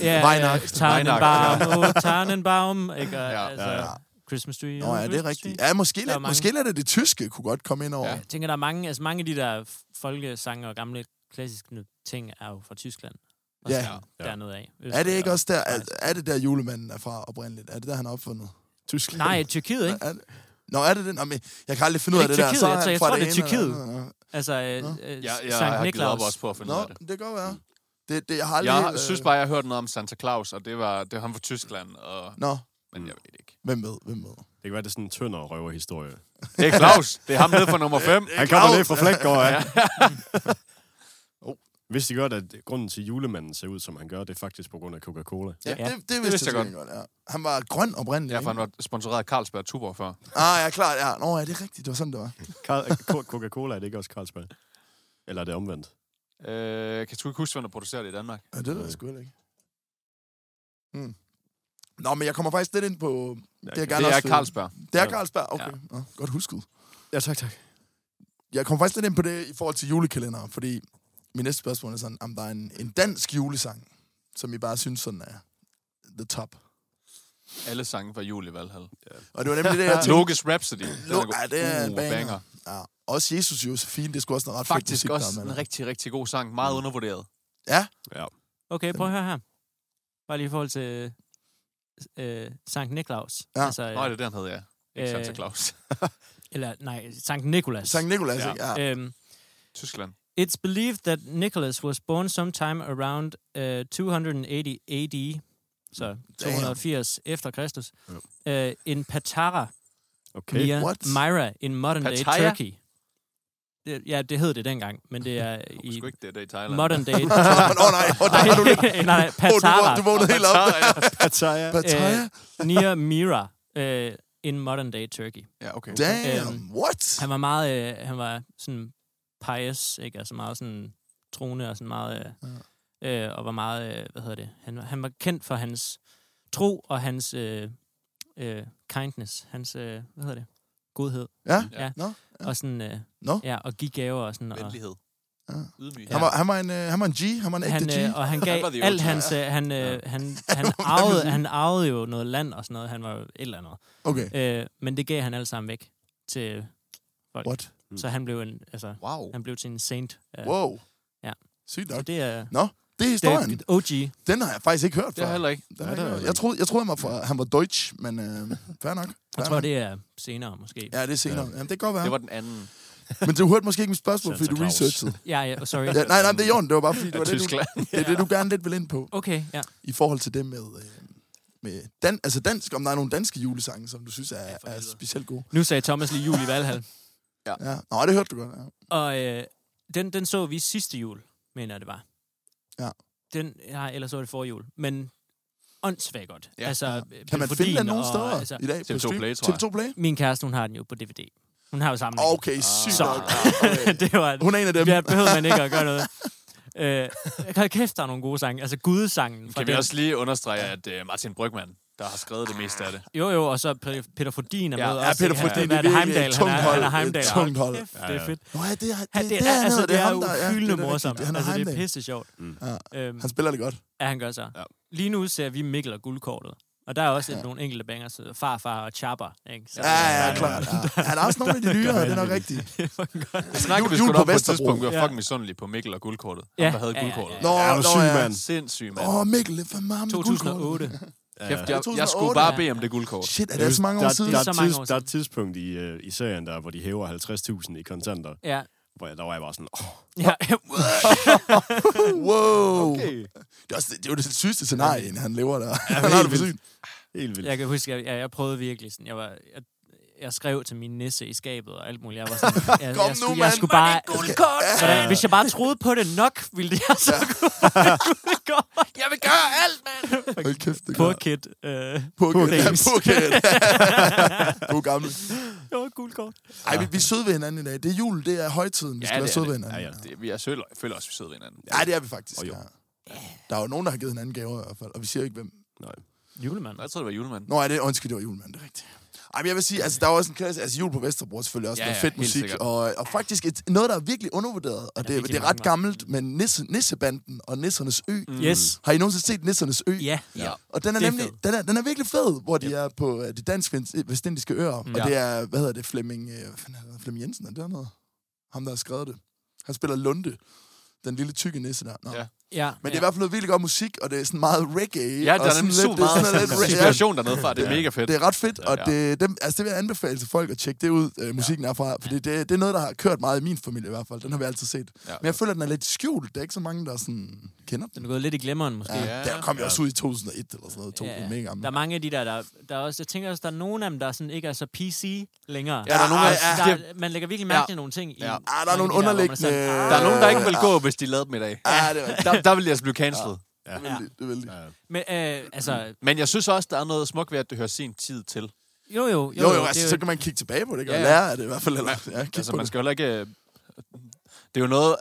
Ja,
Weihnacht.
Tannenbaum, oh, Tannenbaum, ikke? Og,
Ja,
altså,
ja,
ja.
Christmas tree.
Nå
oh,
ja, det er
Christmas
rigtigt.
tree.
Ja, måske,
er
lidt,
mange.
måske lidt af det tyske kunne godt komme ind over.
Ja.
Ja.
Jeg tænker, der er mange, altså mange af de der folkesange og gamle klassiske ting er jo fra Tyskland. Og
Ja.
ja.
Ja.
dernede af.
Er det ikke også der, er, er det der julemanden er fra oprindeligt? Er det der, han er opfundet?
Tyskland.
Nej, Tyrkiet, ikke?
Er, er det? Nå, er det den? Nå, men jeg kan aldrig finde ud
Er
af
det
det der.
Tyrkiet?
er
Jeg
han
tror- jeg
fra
tror,
det
det er
ene eller
Tyrkiet.
andet, eller-
Altså, øh, øh,
Jeg, jeg
Sankt
har givet op
Niklaus.
også på at finde ud af
Nå,
det.
det kan godt være. Det, det, jeg har aldrig...
Jeg har,
helt, øh,
synes bare, jeg har hørt noget om Santa Claus, og det var, det var ham fra Tyskland, og,
Nå,
men jeg ved det ikke.
hvem ved, hvem ved.
Det kan være, det er sådan en tyndere røverhistorie.
Det er Claus. Det er ham nede fra nummer 5.
Han kommer
Claus.
ned fra Flækgaard, ja. oh. Vidste I godt, at grunden til, at julemanden ser ud, som han gør, det er faktisk på grund af Coca-Cola?
Ja,
Ja.
det, det, vidste,
vidste jeg
jeg godt. godt ja. Han var grøn oprindeligt,
Ja, for han
ikke?
var sponsoreret af Carlsberg og Tuborg før.
Ah, ja, klart, ja. Nå, ja, det er rigtigt. Det var sådan, det var.
Carl- Co- Coca-Cola er det ikke også Carlsberg? Eller er det omvendt?
Øh, jeg kan sgu ikke huske, hvem der producerer det i Danmark.
Ja, det ved jeg sgu heller ikke. Hmm. Nå, men jeg kommer faktisk lidt ind på... Det er gerne
Det er
også- øh,
Carlsberg.
Det er
Ja.
Carlsberg, okay. Ja. godt husket.
Ja, tak, tak.
Jeg kommer faktisk lidt ind på det i forhold til julekalenderen, fordi min næste spørgsmål er sådan, om der er en, en dansk julesang, som I bare synes sådan er the top.
Alle sange fra jul i Valhall.
Og det var nemlig det,
<laughs>
jeg tænkte.
Logis Rhapsody. Den
Lo-
god.
ja, det er en
Uh,
banger. Ja. Også Jesus og Josefine, det skulle også en ret fed
Faktisk
musik,
også
der er med. Mm.
en rigtig, rigtig god sang. Meget undervurderet.
Okay, prøv at høre her. Bare lige i forhold til øh, Sankt Niklaus.
Ja.
Altså,
Nå, det er den hedder jeg. Ikke
Øh.
Santa Claus. <laughs>
Eller nej, Sankt Nikolas.
Sankt Nikolas,
Ja.
ja. ikke? Ja. <laughs>
Øh.
Øhm,
Tyskland.
It's believed that Nicholas was born sometime around uh, 280 AD, så 280 efter Kristus, uh, in Patara
Okay.
near
what?
Myra in modern-day
Pattaya?
Turkey. Det, ja, det hed det dengang, men det er
Jeg
i
husker ikke, det er der i Thailand. <laughs>
modern-day...
<laughs> Åh, oh, nej, oh, der
nej,
var du lidt...
<laughs> nej, nej,
Oh, du, var- du
Patara
vågnede helt op.
Pattaya.
Øh,
Pattaya?
near Mira uh, in modern-day Turkey.
Ja, okay.
Damn, what?
øh, Han var meget, øh, han var sådan pious, ikke? Altså meget sådan troende og sådan meget, øh, ja. øh, og var meget, øh, hvad hedder det? Han, var- han var kendt for hans tro og hans øh, øh, kindness, hans, øh, hvad hedder det? Godhed.
Ja?
Ja.
Nå?
Ja. Og sådan, øh,
Nå?
ja, og give gaver og sådan. Og,
Venlighed.
Ja.
Ydmyghed.
Ah. Han var, han, var en, øh, han var en G, han var en ægte
han,
G.
øh, og han gav
Han var the
alt
ultimate.
hans, øh, han, øh, han, han,
var
arvede,
vanvittig.
han arvede jo noget land og sådan noget, han var jo et eller andet.
Okay,
Øh, men det gav han alt sammen væk til folk.
what?
Så han blev en, altså,
Wow.
han blev til en saint. Øh,
Wow.
Ja.
Sygt
Så
nok.
det er,
Nå, det er historien.
Det er OG.
Den har jeg faktisk ikke hørt
Det er
før.
heller ikke.
Den har
Ja,
jeg,
det
ikke
er
hørt.
det.
jeg troede, jeg troede han, var fra, han var deutsch, men øh, fair nok.
Jeg
Fair
tror,
nok.
det er senere måske. Ja,
Ja, det er senere. Jamen, det kan godt være.
Det var den anden.
Men du hørte måske ikke mit spørgsmål, fordi
Santa
du
Claus.
researchede.
ja, ja oh, sorry.
<laughs> Ja, nej, nej, det er jorden. Det var bare fordi, det var det, du,
Tyskland.
det, er det, du gerne lidt vil ind på.
Okay, ja.
I forhold til det med, øh, med dan, altså dansk, om der er nogle danske julesange, som du synes er, er specielt gode.
Nu sagde Thomas lige jul i Valhall.
Ja. Nå, det hørte du godt. Ja.
Og øh, den, den så vi sidste jul, mener jeg, det var.
Ja.
Den, ja, eller så var det forrige jul. Men åndssvagt godt.
Ja.
altså,
Kan man finde
Belfodil
den nogen
og-
steder
altså,
i dag? på
TV2
stream?
Play, tror jeg.
TV2 Play?
min kæreste, hun har den jo på DVD. Hun har jo sammen.
Okay, sygt
Så.
nok. Ja, okay.
<laughs> det var,
Hun er en af dem.
der behøvede man ikke at gøre noget. Øh, hold kæft, der er nogle gode sange. Altså, gudesangen fra
Kan vi
den.
også lige understrege, at øh, Martin Brygman, der har skrevet det meste af
Ah.
det.
Jo, jo, og så Pe- Peter Fordin er
Ja,
med
ja,
også.
Peter
ikke? Han
Fordin,
hvad
det er virkelig
Heimdall?
et
Han er,
tungt hold.
han er Heimdal.
Et tungt hold.
Kæft, det er fedt.
Nå, ja, det er, det,
Han, det, er,
han
altså,
hedder,
det er
ham, der- ja,
uhyldende
det er
morsomt.
rigtigt. Han er
Altså, det er
Heimdall.
pisse sjovt.
Ja.
Øhm,
Han spiller det godt.
ja, han gør så.
Ja.
Lige nu ser vi Mikkel og Guldkortet. Og der er også ja. nogle enkelte bangers. øh, Farfar og Chapper. Ikke? Så,
Ja, ja, klart. Ja. Han er også nogle af de nyere, det er nok rigtigt.
Jeg snakkede vi
jul
sgu da
på
om på et
Vesterbro.
tidspunkt, vi var
Ja.
fucking misundelige på Mikkel og guldkortet.
Ja.
Ham, der havde
Ja, ja, ja.
guldkortet.
Nå,
Ja, er du
nå,
syg,
ja.
mand?
Sindssyg, mand.
Åh, Mikkel, hvad meget med guldkortet? <laughs>
2008.
Kæft, jeg, jeg
2008,
skulle bare
ja.
bede om det guldkort.
Shit, er det så mange år
der,
siden?
Der,
Det er
er
så mange
tids-
år
der er et tidspunkt i, øh, i serien, der, hvor de hæver 50.000 i kontanter,
Ja.
hvor jeg, der var jeg bare sådan, åh,
ja.
Wow. Okay. Det, er også, det er jo det sygeste scenarie, end han lever der. han har det for sygt.
helt vildt.
Jeg kan huske, at jeg, jeg prøvede virkelig sådan. Jeg var... Jeg, jeg skrev til min nisse i skabet og alt muligt. Jeg
<laughs>
var sådan, jeg, jeg,
Kom nu,
jeg, skulle, jeg
mand.
skulle
Var
bare... Hvordan, hvis jeg bare troede på det nok, ville det altså <laughs> kunne, kunne gå.
<laughs>
Jeg vil gøre alt, mand!
Hold kæft, det er
Poor
godt.
kid. Øh, <laughs>
Pukket. Ja,
Dames.
pukket. du er gammel.
det var et guldkort.
Ej, vi, vi er søde ved hinanden i dag. Det er jul, det er højtiden. Vi skal
det
være
er
søde
det.
ved hinanden.
Ja, ja.
Det, vi er søde, jeg føler også, vi sidder ved hinanden.
Nej, det er vi faktisk.
Og jo.
Ja. Der er jo nogen, der har givet hinanden gaver i hvert fald, og vi siger ikke hvem.
Julemand.
Jeg tror, det var julemanden.
Nå, er det undskyld, det var julemanden, det er rigtigt. Ej, men jeg vil sige, altså, der er også en klasse, altså jul på Vesterbro er selvfølgelig også ja,
Ja,
noget
ja,
fedt
helt
musik,
sikkert.
og, og faktisk et, noget, der er virkelig undervurderet, og det,
virkelig
det er ret
mange,
gammelt, men Nisse, Nissebanden og Nissernes Ø. Mm.
Yes.
Har I nogensinde set Nissernes Ø?
Ja.
Ja.
Og den er,
Det er
nemlig,
fed.
den er, den er virkelig fed, hvor de er på øh, de dansk-vestindiske øer, og
Ja.
det er, hvad hedder det, Flemming, øh, hvad fanden hedder han? Flemming Jensen, er det noget? Ham, der har skrevet det. Han spiller Lunde, den lille tykke nisse der. Nå.
Ja.
Ja,
Men det er i
ja.
hvert fald noget virkelig godt musik, og det er sådan meget reggae.
Ja,
og
der er
sådan
nemlig
lidt-
super
det er sådan
meget
lidt re-
inspiration dernede fra. Det er mega fedt.
Det er ret fedt, og
Ja.
det, dem, altså det vil jeg anbefale til folk at tjekke det ud, øh, musikken er fra. Fordi det, det er noget, der har kørt meget i min familie i hvert fald. Den har vi altid set.
Ja.
Men jeg føler, at den er lidt skjult. Der er ikke så mange, der sådan kender
Den
den.
er gået lidt i glemmeren, måske.
Ja,
Ja.
der kom jeg også ud i 2001 eller sådan noget. To, ja, mega
Der er mange af de der, der, der er også, jeg tænker også, der er nogle af dem, der er sådan, ikke er så PC længere.
Ja, der er nogle af-
der,
ja.
der, man lægger virkelig mærke til nogle ting. I,
Ja. Ah,
der er nogle
mange af de hvor man
underliggende-
sådan,
Der er nogen, der ikke vil gå, hvis de lavede dem i dag.
Ja, det er rigtigt.
Der, der vil jeg altså blive cancelled.
Det er vældig, det er vældig.
Ja.
Men øh, altså,
Men jeg synes også, der er noget smukt ved, at det hører sin tid til.
jo jo, jo,
Jo, jo,
det
altså,
er
så kan man kigge tilbage på det, ikke? og
Ja, ja.
lære af det i hvert fald. Eller, ja, kigge
Altså,
på
man
det.
skal heller ikke... øh, Det er jo noget...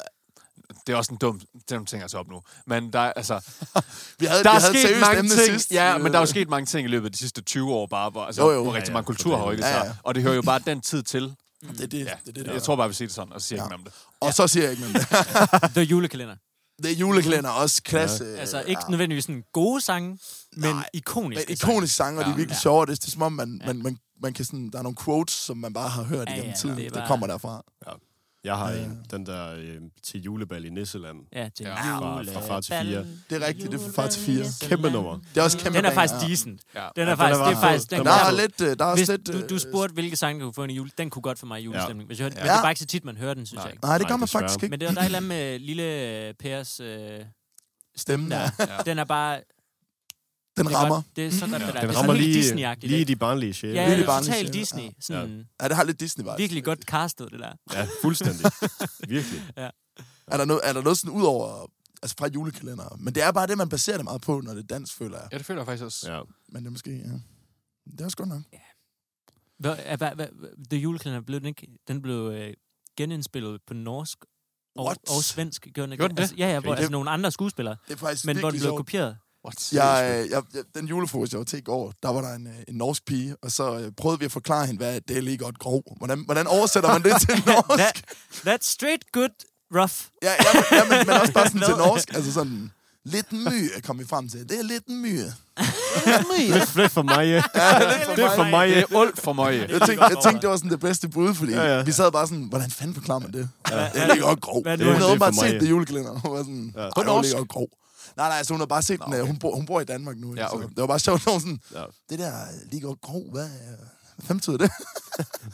Det er også en dum, dum ting, jeg så op nu. Men der, er- altså,
Vi havde,
der
vi
er
havde et
sket
seriøst
mange
emne
ting.
sidst.
Ja, men der er jo
Øh,
sket mange ting i løbet af de sidste 20 år bare, hvor, altså,
Jo, jo.
hvor rigtig
Ja, ja,
mange kulturer har rykket
Ja, ja.
sig. Og det hører jo bare den tid til.
Det er det,
Ja,
det, er det,
jeg
det.
tror bare, vi siger det sådan, og så siger jeg
Ja.
ikke mere om det.
Og så siger jeg ikke, men
jo The Julekalender.
det er juleklænder også klasse.
Altså ikke nødvendigvis sådan gode sange, men
Øh, Nej,
ikoniske
Men ikoniske sange, og de er
Ja.
virkelig sjove. og Det er det er som om, man, man, man, man kan sådan, der er nogle quotes, som man bare har hørt ja,
Ja,
igennem
ja,
tiden.
det er
Det,
bare-
kommer derfra.
Jeg har en, den der øh, til julebal i Nisseland.
sange. Ja, til
Ja.
ja.
Fra- fra far til fire.
Det er rigtigt, det er fra far til fire.
Kæmpe nummer.
Det er også kæmpe
Den er faktisk
banger.
decent.
Ja.
Den er
den
faktisk,
er
det
ret
er
fed.
faktisk, den
Den
Der
går
er
på.
lidt... øh, Der er også
Hvis,
lidt
du, du
øh,
spurgte, hvilke sange du kunne få ind i jul. Den kunne godt for mig i julestemning. Hvis jeg hørte, Men
Ja.
det er bare ikke så tit, man hører den, synes
Nej.
jeg ikke.
Nej, det gør
Nej,
man faktisk
desværre.
ikke.
Men det var der et eller andet med lille øh, Pers øh,
Stemmen
der.
der.
Ja.
Ja. Den er bare...
Den
det er
rammer.
Godt, det er så godt, det der.
Den
det er
rammer
sådan helt
lige,
Disney-agtigt.
lige
ikke?
de barnlige sjæle.
Ja,
Lige
ja,
det barnlige
totalt
sjæle.
Disney. Sådan,
Ja, det har lidt Disney-vibes.
Virkelig godt castet, det der.
Ja, fuldstændig. Virkelig.
Er der, noget, er der noget sådan ud over... Altså fra julekalender. Men det er bare det, man baserer det meget på, når det er dansk, føler jeg.
Ja, det føler jeg faktisk også.
Ja.
Men det er måske... Ja. Det er også godt nok.
Hvad, er- hvad, hvad, hvad- The Julekalender blev den ikke... Den blev øh, genindspillet på norsk og,
What?
og svensk. Gjorde den, ikke?
Gjorde den det?
Altså, ja, ja, hvor,
Okay.
altså nogle andre skuespillere,
Det er faktisk
men hvor den
virkelig
blev
sjovt.
kopieret.
What?
Jeg, øh, jeg, jeg, den julefrokost, jeg var til i går, der var der en, øh, en norsk pige, og så øh, prøvede vi at forklare hende, hvad det er lige godt grov. Hvordan, hvordan oversætter man
<laughs>
det til norsk?
That, that's straight good
<laughs>
rough.
ja, ja, men, ja, men, men også bare sådan til
Hvad?
norsk. Altså sådan, lidt myre kom vi frem til. Det er lidt myre.
Lidt, lidt for mig. Ja. Lidt for mig. øh. ja.
Det er alt for mig.
Jeg tænkte, jeg tænkte, det var sådan det bedste bud, fordi ja,
Ja,
ja.
ja.
vi sad bare sådan, hvordan fanden forklarer man det? Ja. Det er lige godt grov.
Hvad er det,
Hun
det
havde
er
åbenbart
for mig,
set det i julekalenderen. Hun var sådan, ja. det var lige godt grov. Nej, nej, altså hun har bare set den. øh, Hun bor, hun bor i Danmark nu.
Ja,
Ja, okay.
okay.
så det var bare sjovt, når hun sådan,
Ja.
det der øh, lige godt grov, hvad, øh, hvad fanden betyder det?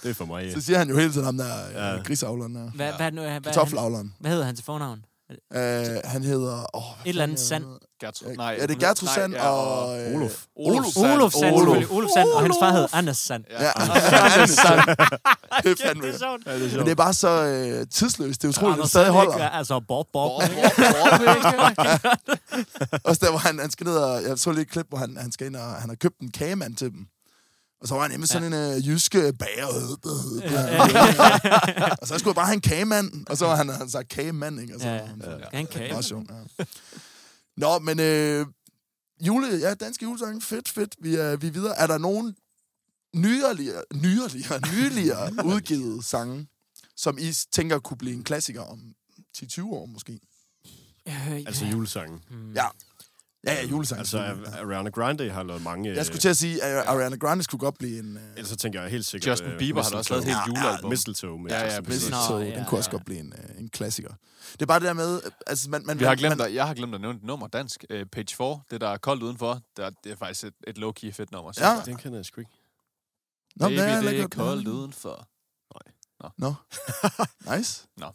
Det er for mig. øh. Ja.
Så siger han jo hele tiden ham der ja.
Ja.
grisavleren der.
Hvad, hvad, er det nu- hvad, hvad, han,
Kartoffelavleren.
hvad hedder han til fornavn?
Øh, han hedder... Åh, hvad
Et eller
fanden
andet sand.
hedder han?
Gertrud.
Øh,
Nej,
er det
hun-
Gertrud
nej,
Sand
ja,
og... øh,
Oluf.
Oluf.
Olof Sand,
Olof.
selvfølgelig. Olof Sand, og hans far hed Anders Sand.
<laughs>
Ja.
Ja,
Anders Sand.
det er fandme.
sjovt.
Ja, det er
Men
sjovt.
det er bare så øh, tidsløst. Det er utroligt, at det
Anders
stadig
Sand
holder.
ikke, altså Bob Bob.
Hvor- hvor- hvor-
Også der, hvor han, han skal ned og... Jeg så lige et klip, hvor han, han skal ind og... Han har købt en kagemand til dem. Og så var han hjemme ja. sådan en øh, jysk øh, bager. Øh, øh, øh. og så skulle jeg bare have en kagemand. Og så var han, han sagt kagemand, ikke? Altså, Og så,
<laughs> Ja,
ja, ja.
ja.
Altså,
Han kan.
Meget sjovt, ja. Nå, men øh, jule, ja, danske julesange, fedt, fedt. Vi er, vi er videre. Er der nogen nyerligere, nyerligere, nyligere udgivet sange, som I tænker kunne blive en klassiker om 10-20 år måske?
Altså julesangen.
Ja. Ja, ja, julesange.
Altså,
selvfølgelig, ja.
Ariana Grande har lavet mange...
Øh.
øh,
Jeg skulle til at sige, at Ariana Grande skulle godt blive en... Øh,
Ellers så tænker jeg helt sikkert... øh,
Justin Bieber har da også lavet et helt julealbum.
Mistletoe med
Ja, ja,
Justin
hvis
Bieber.
Nå,
så,
ja,
den kunne også
ja.
godt blive en, øh, en klassiker. Det er bare det der med... øh, Altså, man, man,
Vi har
man-
glemt
man,
at, jeg har glemt at nævne et nummer dansk. Øh, page 4, det der er koldt udenfor, der, det er faktisk et, et low-key fedt nummer. synes
Ja.
jeg.
Den kender jeg sgu ikke. <laughs>
Nå, men
Baby,
er heller
det er
ikke-
koldt udenfor.
Nice.
Nå.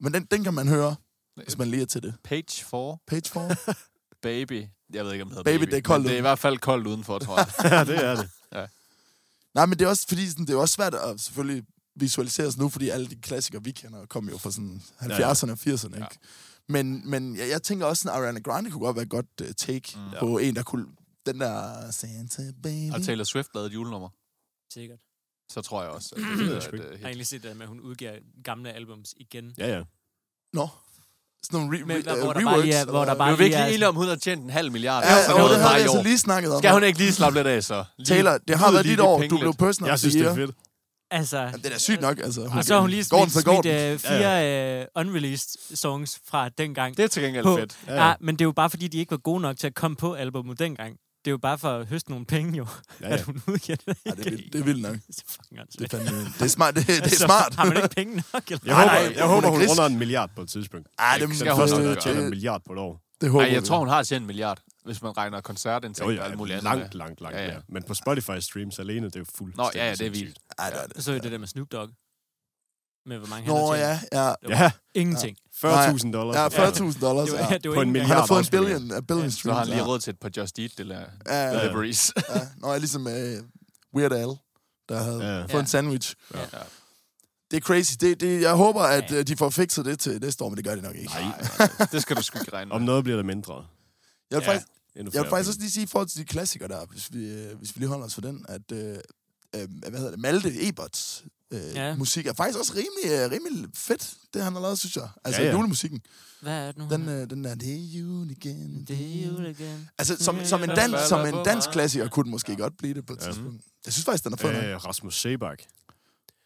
Men den, den kan man høre, hvis man lige er til det.
Page 4,
Page
<laughs>
4.
Baby. Jeg ved ikke, om det hedder
Baby,
Baby.
det er koldt
men Det er i hvert fald koldt udenfor, tror jeg.
<laughs>
ja, det er det.
Nej, men det er også, fordi sådan, det er også svært at selvfølgelig visualisere os nu, fordi alle de klassikere, vi kender, kom jo fra sådan 70'erne og 80'erne, ikke?
Ja.
Men, men jeg, jeg tænker også, at Ariana Grande kunne godt være et godt uh, take mm.
Mm.
på en, der kunne... Den der Santa Baby.
Og Taylor Swift lavede et julenummer.
Sikkert.
Så tror jeg
Mm.
også, at
Det ved
det
jeg
er
sgu
et,
ikke.
øh,
Jeg har
hit.
egentlig set det med, at hun udgiver gamle albums igen.
Ja, ja.
Nå. Sådan nogle re-
Men
re-
der- hvor
øh,
der bare
reworks.
lige er-
eller
hvor
hvad?
der
Vi er
bare
jo virkelig
lige altså- er-
enige om, at hun har tjent en halv milliard.
Ja,
for
og
noget
det havde
bare
vi
i
altså
år.
lige snakket om.
Skal hun ikke lige slappe lidt af, så? Lige
Taylor, det har
ud
været
lige
dit
de
år.
penge
Du blev
lidt.
personal.
Jeg synes, det er fedt.
Altså,
Jamen, det er da sygt nok, altså.
og så har hun lige
Går den
smidt,
for går
smidt
den.
øh, fire øh, unreleased songs fra dengang.
Det er til gengæld
på.
fedt.
Ja, ja. men det er jo bare, fordi de ikke var gode nok til at komme på albumet dengang. Det er jo bare for at høste nogle penge, jo,
Ja,
at
ja.
hun udgiver det.
Ja, det er vildt, det er vildt nok.
Det er fucking
Det er,
åndssvagt.
fandme, det er smart. Det, det er
Altså,
smart.
Har
<laughs>
man ikke penge nok? Eller?
Jeg
Nej,
håber,
nej,
jeg
hun
håber
er
hun
grisk.
runder en milliard på et tidspunkt. Altså,
Ej, det
Skal
Den
hun
første,
nok
der
gøre.
tjener en
det-
milliard på et år.
Det håber
Nej, jeg
vi.
tror, hun har tjent en milliard, hvis man regner koncertindtægter
Jo, ja,
og alt muligt andet.
langt, langt, langt
Ja,
ja,
ja.
ja. Men på Spotify streams alene, det er jo
Nå,
fuldstændig
ja, ja, det er
sindssygt.
vildt.
Ej, det er det.
Så er det der med Snoop Dogg. Med hvor mange han
Nå
har tjent.
ja, ja.
Ja,
Ingenting.
40.000 dollars.
Ja, 40.000 dollars.
<laughs> Det var,
Ja.
det var
På
altså, Han
en
ikke engang-
har
milliard
fået en
afspilninger.
billion, a billion streams.
Så har han lige
ja.
råd til et par Just Eat eller
Ja, ja, ja.
deliveries.
Nå, jeg ligesom øh, Weird Al, der havde
Ja.
fået en sandwich.
Ja.
Det er crazy. Det, det, jeg håber, at øh, de får fikset det til næste år, men det gør de nok ikke.
Nej, altså, det skal du sgu ikke regne
Om noget bliver det mindre.
Jeg vil, faktisk,
Endnu
jeg vil
færre
faktisk også
penge.
lige sige i forhold til de klassikere der, hvis vi, øh, hvis vi lige holder os for den, at øh, øh, hvad hedder det, Malte Eberts øh,
Ja.
ja. musik er faktisk også rimelig, øh, rimelig fedt, det han har lavet, synes jeg. Altså
Ja,
ja,
ja.
ja. julemusikken.
Hvad er det nu? hun
Den,
har?
øh, den der, det er jul igen.
Det er jul igen.
Altså, som, som, en dans, som en dansk klassiker kunne den måske godt blive det på et tidspunkt. Jeg synes faktisk, den er fed. nok.
Øh, Rasmus Sebak.